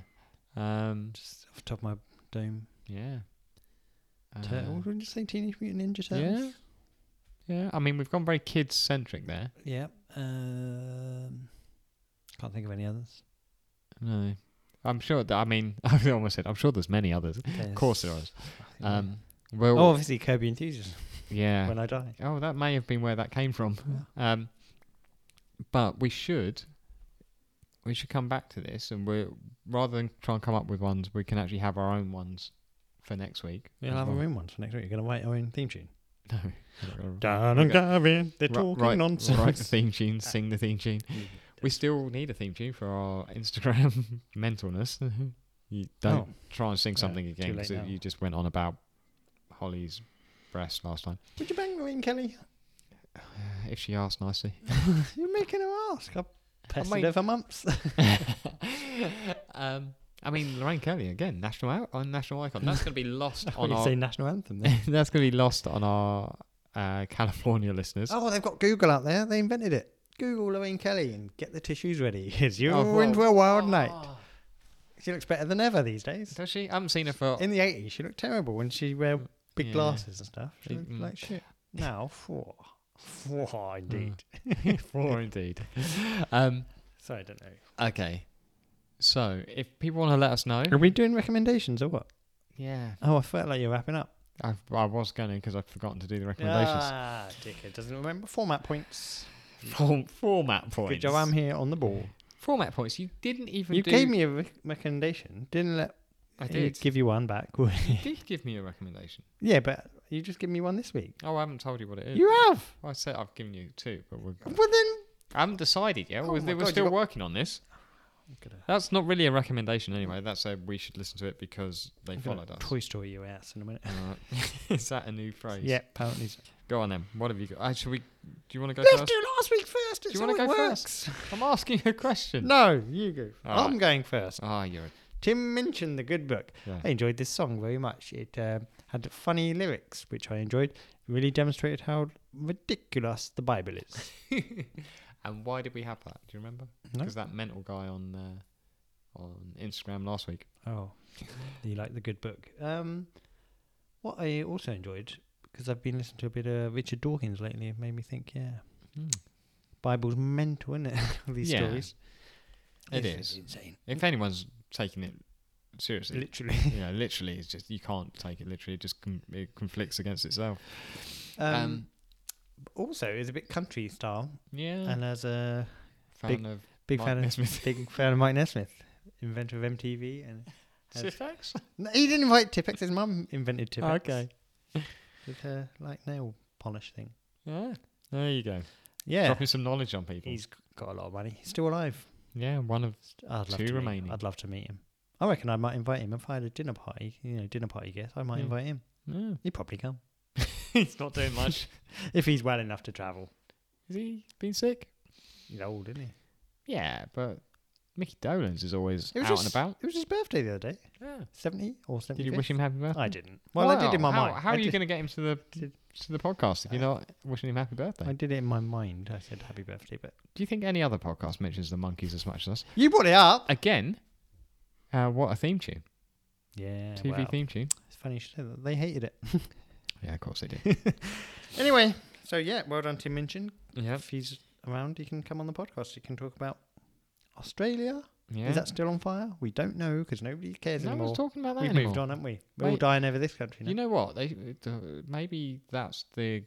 B: Um,
A: Just off the top of my dome.
B: yeah. Uh,
A: Tur- what did you say? Teenage Mutant Ninja
B: yeah.
A: Turtles?
B: Yeah. I mean, we've gone very kids centric there.
A: Yeah. Um, can't think of any others.
B: No. I'm sure that, I mean, I almost said, I'm sure there's many others.
A: Of
B: course there is. Um, well,
A: oh, obviously Kirby Enthusiasm.
B: yeah.
A: When I die.
B: Oh, that may have been where that came from. Um, but we should, we should come back to this, and we are rather than try and come up with ones, we can actually have our own ones for next week.
A: You'll
B: as
A: have our
B: well.
A: own ones for next week. You're going to write our own theme tune.
B: No. we're not gonna-
A: Dan and Gavin, they're
B: Ri-
A: talking
B: write-
A: nonsense.
B: Write the theme tune, sing the theme tune. We still need a theme tune for our Instagram mentalness. you don't
A: Oh.
B: try and sing
A: Yeah,
B: something
A: too
B: again because
A: late now.
B: you just went on about Holly's breast last time.
A: Would you bang Lorraine Kelly?
B: If she asked nicely.
A: You're making her ask. I've pestered
B: mate-
A: her for months.
B: um, I mean, Lorraine Kelly again, national out on national icon. That's going to be lost on
A: you
B: our.
A: say national anthem then.
B: that's going to be lost on our uh, California listeners.
A: oh, they've got Google out there. They invented it. Google Lorraine Kelly and get the tissues ready. Because you're
B: Oh,
A: into
B: well.
A: a wild night.
B: Ah,
A: She looks better than ever these days.
B: Does she? I haven't seen her for.
A: In the 80s, she looked terrible when she wear big
B: Oh. Yeah.
A: glasses and stuff. She
B: She-
A: looked
B: mm.
A: like shit. Now, four. Four,
B: Mm.
A: indeed.
B: Four indeed. Um,
A: Sorry, I don't know.
B: okay. So if people want to let us know,
A: Are we doing recommendations or what?
B: yeah,
A: Oh, I felt like you're wrapping up.
B: I, I was going to because I've forgotten to do the recommendations.
A: Ah, dickhead doesn't remember format points.
B: Form, format points.
A: Good job, I'm here on the ball.
B: Format points. You didn't even.
A: You
B: do-
A: gave me a rec- recommendation, didn't let
B: I
A: me
B: did.
A: give you one back.
B: You did give me a recommendation.
A: yeah, but you just give me one this week.
B: Oh, I haven't told you what it is.
A: You have.
B: I said I've given you two, but we're,
A: Well then,
B: I haven't decided yet.
A: Oh
B: we're
A: my
B: we're
A: God, you
B: still
A: got-
B: working on this. That's not really a recommendation anyway. That's a we should listen to it because they
A: I'm gonna
B: followed us.
A: Toy Story your ass in a minute.
B: Uh, is that a new phrase?
A: Yeah, apparently. So.
B: Go on then. What have you got? Uh, should we? Do you want to go
A: Let's
B: first?
A: do last week first.
B: Do
A: It's
B: you
A: how
B: wanna
A: it
B: go
A: works.
B: I'm asking a question.
A: No, you go.
B: All
A: I'm
B: right.
A: going first.
B: Ah, you're. a-
A: Tim mentioned the good book.
B: Yeah.
A: I enjoyed this song very much. It um had funny lyrics, which I enjoyed. really demonstrated how ridiculous the Bible is.
B: and why did we have that? Do you remember?
A: No.
B: Because that mental guy on uh, on Instagram last week.
A: Oh, you like the good book. Um, what I also enjoyed because I've been listening to a bit of Richard Dawkins lately, it made me think, yeah,
B: Hmm.
A: Bible's mental, isn't it? All these
B: Yeah,
A: stories.
B: it
A: This
B: is.
A: insane.
B: If anyone's taking it seriously,
A: Literally.
B: yeah, literally, it's just you can't take it literally. It just com- it conflicts against itself.
A: Um, also, it's a bit country style,
B: yeah,
A: and as a
B: fan
A: big-
B: of
A: big
B: Mike
A: fan of
B: Mm. Nesmith.
A: big fan of Mike Nesmith, inventor of MTV, and has-
B: Syphax.
A: No, he didn't invite Tippex. His mum invented Tippex.
B: Okay.
A: with her like nail polish thing.
B: Yeah, there you go.
A: Yeah,
B: Dropping some knowledge on people.
A: he's got a lot of money. He's still alive.
B: yeah, one of
A: I'd love
B: Two
A: to Meet him.
B: remaining.
A: I'd love to meet him. I reckon I might invite him if I had a dinner party. You know, dinner party guest. I might
B: Yeah.
A: invite him.
B: No,
A: He'd probably come
B: Hmm. he's not doing much.
A: if he's well enough to travel.
B: Has he been sick?
A: He's old, isn't he?
B: Yeah, but Mickey Dolan's is always
A: It was
B: out
A: just-
B: and about.
A: It was his birthday the other day,
B: Yeah.
A: seventy or
B: Did
A: seventy.
B: you wish him happy birthday?
A: I didn't. Well, I did in my
B: Wow, how,
A: mind.
B: How
A: I
B: are you
A: did-
B: going to get him to the
A: did-
B: to the podcast if you're not wishing him happy birthday?
A: I did it in my mind. I said happy birthday, but
B: Do you think any other podcast mentions the monkeys as much as us?
A: you brought it up.
B: Again, uh, what a theme tune.
A: Yeah,
B: TV
A: well,
B: theme tune.
A: it's funny you should say that. They hated it.
B: Yeah, of course they do.
A: Anyway, so yeah, well done Tim Minchin.
B: yeah.
A: If he's around, he can come on the podcast. He can talk about Australia.
B: yeah.
A: Is that still on fire? We don't know because nobody cares
B: no
A: anymore.
B: one's talking about that
A: We've
B: anymore.
A: moved on, haven't we? We're all
B: Mate,
A: dying over this country now.
B: You know what? They uh, maybe that's the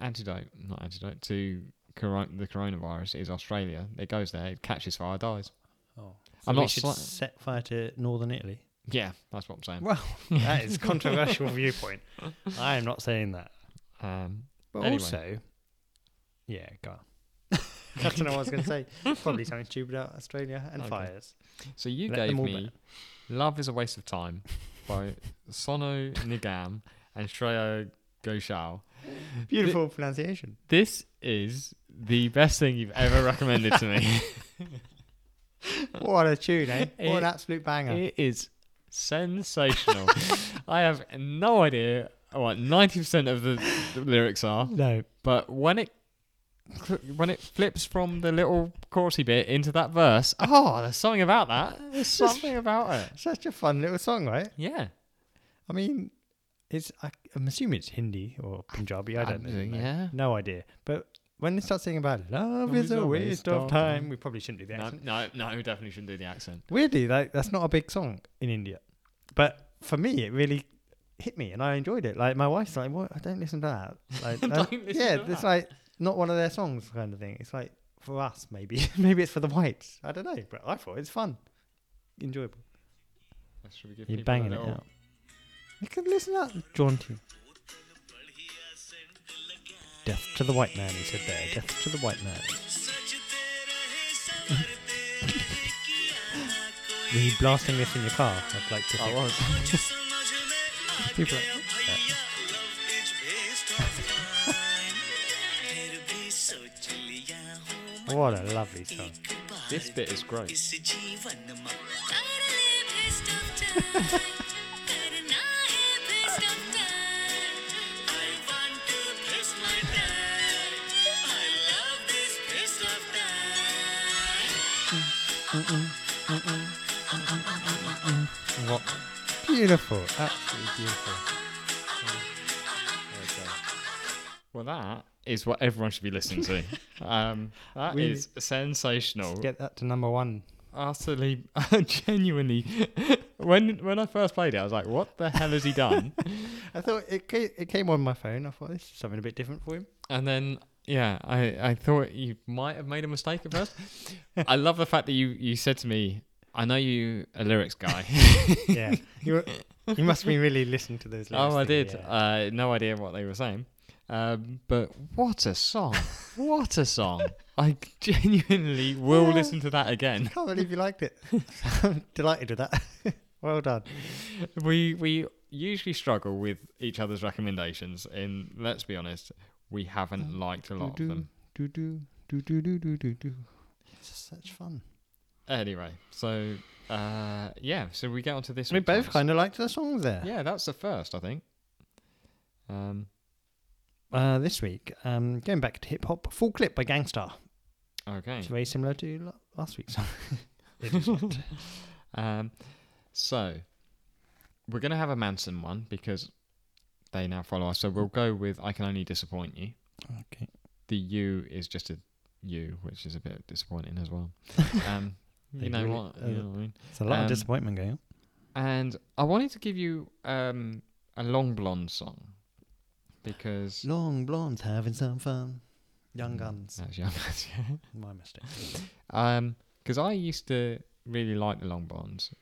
B: antidote, not antidote to coron- the coronavirus is Australia. It goes there, it catches fire, dies.
A: oh. so
B: I'm
A: we
B: not
A: should
B: sli-
A: set fire to northern Italy.
B: Yeah, that's what I'm saying.
A: Well, that is controversial viewpoint. I am not saying that.
B: Um,
A: But
B: Anyway.
A: also, yeah, go on. I don't know what I was going to say. Probably something stupid about Australia and
B: Okay.
A: fires.
B: so you
A: Let
B: gave
A: them all
B: me "Love Is a Waste of Time" by Sono Nigam and Shreya Ghoshal.
A: Beautiful pronunciation.
B: This is the best thing you've ever recommended to me.
A: What a tune, eh? What an
B: It-
A: absolute banger.
B: It is sensational. I have no idea what ninety percent of the, the lyrics are,
A: no.
B: but when it cl- when it flips from the little chorusy bit into that verse, oh, there's something about that. There's something about it.
A: Such a fun little song, right?
B: Yeah,
A: I mean, it's I, I'm assuming it's Hindi or Punjabi. I don't know.
B: Um,
A: no.
B: Yeah.
A: No idea. But when they start singing about love is a waste of time, we probably shouldn't do the
B: No,
A: accent.
B: no, no, we definitely shouldn't do the accent.
A: Weirdly, like, that's not a big song in India. But for me, it really hit me and I enjoyed it. Like, my wife's like, what? I don't listen to that. Like, I-
B: Don't listen
A: yeah,
B: to
A: it's
B: that.
A: like not one of their songs kind of thing. It's like for us, maybe. maybe it's for the whites. I don't know. But I thought it's fun, enjoyable.
B: Should we give
A: You're
B: people a
A: banging it
B: little-
A: out. You can listen to that jaunty. Death to the white man, he said there. Death to the white man. Were you blasting this in your car? I'd like to
B: I
A: think.
B: was.
A: People are like, what a lovely song.
B: This bit is great.
A: What? Beautiful. Absolutely beautiful.
B: Well, that is what everyone should be listening to. um, that
A: We-
B: is sensational.
A: Get that to number one.
B: Utterly, genuinely. when when I first played it, I was like, "What the hell has he done?"
A: I thought it came, it came on my phone. I thought this is something a bit different for him.
B: and then, yeah, I, I thought you might have made a mistake at first. I love the fact that you you said to me, "I know you a lyrics guy."
A: Yeah. you, were- you must be really listening to those lyrics.
B: oh, I
A: didn't
B: did.
A: you? Yeah.
B: Uh, no idea what they were saying. Um, but what a song! what a song! I genuinely will
A: Yeah.
B: listen to that again.
A: Can't believe you liked it. I'm delighted with that. well done.
B: we we usually struggle with each other's recommendations and let's be honest we haven't liked a lot of them
A: Do do do do do do do do. It's just such fun.
B: anyway so uh yeah so we get on to this
A: We
B: week's
A: both
B: ones.
A: kind of liked the songs there.
B: yeah that's the first i think um
A: Uh, this week, um, going back to hip hop, full clip by Gangstar.
B: okay
A: It's
B: Hmm.
A: very similar to la- last week's song.
B: um so we're gonna have a manson one because they now follow us so we'll go with i can only disappoint you
A: Okay.
B: the U is just a U, which is a bit disappointing as well. Um,
A: They
B: you know
A: really-
B: what?
A: uh,
B: You know what I mean?
A: It's a lot
B: Um,
A: of disappointment going on.
B: And I wanted to give you um, a long blonde song because
A: Long blondes having some fun. Mm. Young Guns.
B: That's young guns. Yeah.
A: My mistake.
B: Um, because I used to really like the long blondes,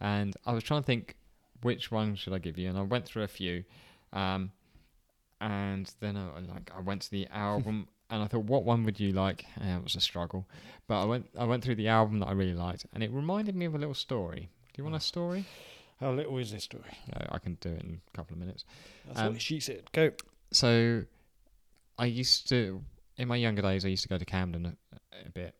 B: and I was trying to think which one should I give you, and I went through a few, um, and then I I, like I went to the album. And I thought, what one would you like? And it was a struggle, but I went. I went through the album that I really liked, and it reminded me of a little story. Do you want a story?
A: How little is this story?
B: I, I can do it in a couple of minutes.
A: That's
B: Um,
A: what she said. Go.
B: So, I used to, in my younger days, I used to go to Camden a, a bit,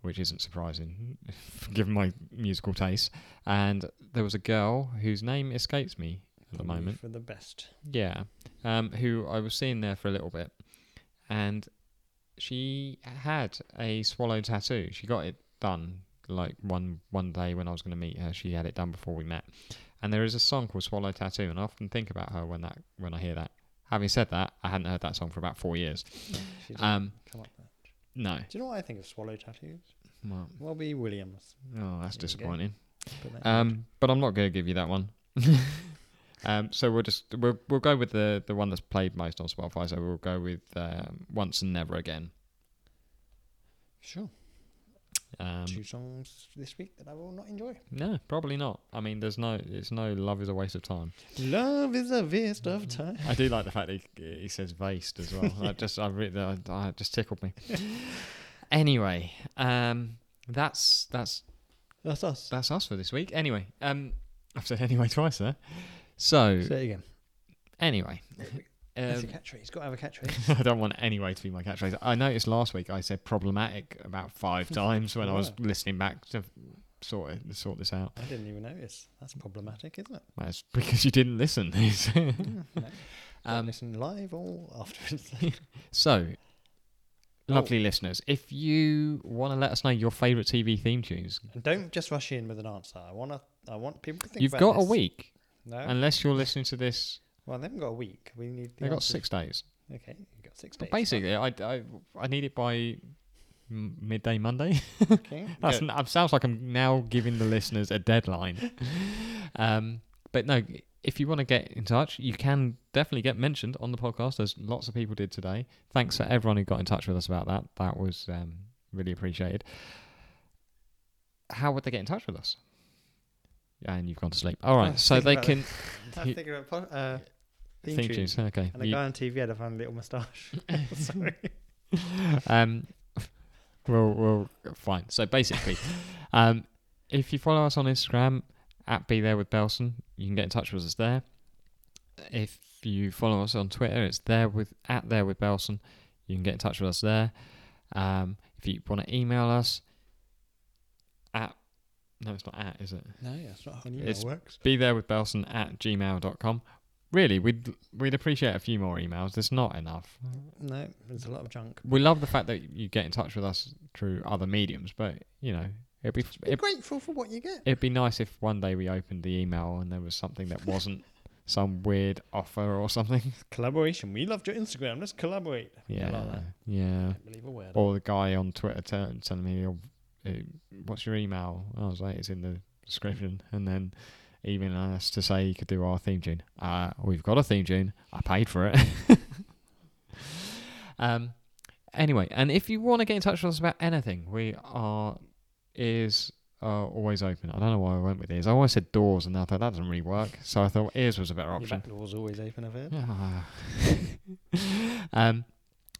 B: which isn't surprising given my musical taste. And there was a girl whose name escapes me at the
A: Probably
B: moment.
A: For the best.
B: Yeah. Um, who I was seeing there for a little bit. And she had a swallow tattoo. She got it done like one one day when I was going to meet her. She had it done before we met. And there is a song called Swallow Tattoo and I often think about her when that when I hear that. Having said that, I hadn't heard that song for about 4 years.
A: She didn't
B: Um,
A: come up with that.
B: no.
A: Do you know what I think of swallow tattoos?
B: Well,
A: Robbie Williams.
B: oh, that's
A: There you go.
B: disappointing.
A: Put that in.
B: Um, but I'm not going to give you that one. um, so we'll just we'll, we'll go with the the one that's played most on Spotify. So we'll go with um, Once and Never Again.
A: sure.
B: Um,
A: Two songs this week that I will not enjoy.
B: no, probably not. I mean, there's no it's no Love is a waste of time.
A: Love is a waste of time.
B: I do like the fact that he, he says waste as well. I just I really I, I it just tickled me. anyway, um, that's that's
A: That's us.
B: that's us for this week. Anyway, um, I've said anyway twice there. So
A: Say it again.
B: anyway.
A: That's
B: um,
A: your catchphrase. It's got to have a catchphrase.
B: I don't want any way to be my catchphrase. I noticed last week I said problematic about five times when I was listening back to sort it, sort this out.
A: I didn't even notice. That's problematic, isn't it?
B: That's because you didn't listen.
A: No.
B: Um,
A: listen live or afterwards.
B: so,
A: Oh.
B: lovely listeners, if you want to let us know your favourite TV theme tunes,
A: and don't just rush in with an answer. I want to. I want people to think.
B: you've
A: about
B: got
A: this.
B: a week.
A: No.
B: Unless you're listening to this,
A: well, they haven't got a week. We need. The
B: they've got
A: answers.
B: six days.
A: Okay, you got six days.
B: But basically, I, I, I need it by m- midday Monday.
A: Okay.
B: That's,
A: Go.
B: that sounds like I'm now giving the listeners a deadline. Um, but no, if you want to get in touch, you can definitely get mentioned on the podcast, as lots of people did today. Thanks to everyone who got in touch with us about that. That was um, really appreciated. How would they get in touch with us? And you've gone to sleep. All
A: I
B: right,
A: was
B: so
A: thinking Oh,
B: they
A: about
B: can
A: I think about po- uh, theme
B: think
A: tunes.
B: tunes. Okay.
A: And a
B: You-
A: guy on TV had a funny little moustache. Sorry.
B: um, well, well, fine. So basically, um, if you follow us on Instagram at Be There with Belson, you can get in touch with us there. If you follow us on Twitter, it's there with at there with Belson. You can get in touch with us there. Um, if you want to email us at no, it's not at, is it?
A: No, that's not how an
B: email It's-
A: works.
B: Be there with Belson at gmail.com. Really, we'd we'd appreciate a few more emails. There's not enough
A: No, there's a lot of junk.
B: we love the fact that you get in touch with us through other mediums, but you know, it'd be
A: Be
B: it,
A: grateful for what you get.
B: it'd be nice if one day we opened the email and there was something that wasn't some weird offer or something.
A: Collaboration. We loved your Instagram. Let's collaborate.
B: Yeah,
A: like that.
B: yeah.
A: Can't believe a word.
B: Or the guy on Twitter tell telling me, oh, uh, "What's your email?" I was like, "It's in the description," and then emailing us to say you could do our theme tune. Uh, we've got a theme tune. I paid for it. um, anyway, and if you want to get in touch with us about anything, we are ears are always open. I don't know why I went with ears. I always said doors, and I thought that doesn't really work. So I thought ears was a better
A: Your
B: option.
A: back door's always open, I've heard.
B: Ah. um,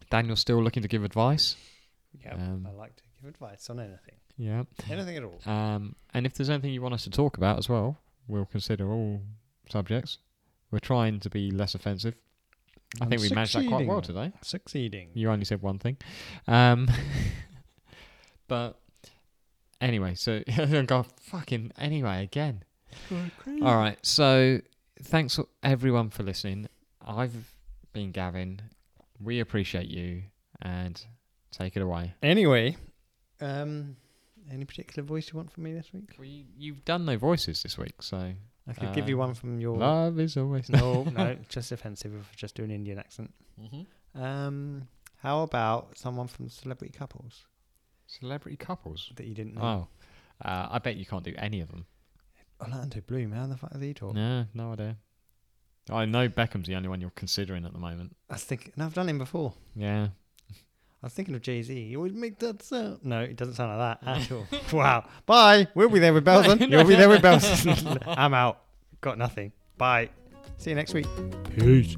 B: Daniel's still looking to give advice.
A: Yeah,
B: Um,
A: I like to give advice on anything,
B: Yeah.
A: anything at all.
B: Um, and if there's anything you want us to talk about as well, we'll consider all subjects. We're trying to be less offensive. I think we managed that quite well today.
A: Succeeding.
B: You only said one thing. Um, but anyway, so God, fucking anyway again. All right. So thanks everyone for listening. I've been Gavin. We appreciate you and take it away.
A: Anyway, um, any particular voice you want from me this week?
B: Well, you, you've done no voices this week, so
A: I could give you
B: Um,
A: one from your.
B: love is always
A: No, no, just offensive if I just do an Indian accent. Um, how about someone from Celebrity Couples
B: Celebrity couples.
A: that you didn't know?
B: Oh, uh, I bet you can't do any of them.
A: Orlando Bloom. How the fuck does he talk?
B: No, no idea. I know Beckham's the only one you're considering at the moment.
A: I was thinking. No, I've done him before.
B: Yeah.
A: I was thinking of Jay Z. He always make that sound. No, it doesn't sound like that at all. wow. Bye. We'll be there with Belson. You'll be there with Belson. I'm out. Got nothing. Bye. See you next week. Peace.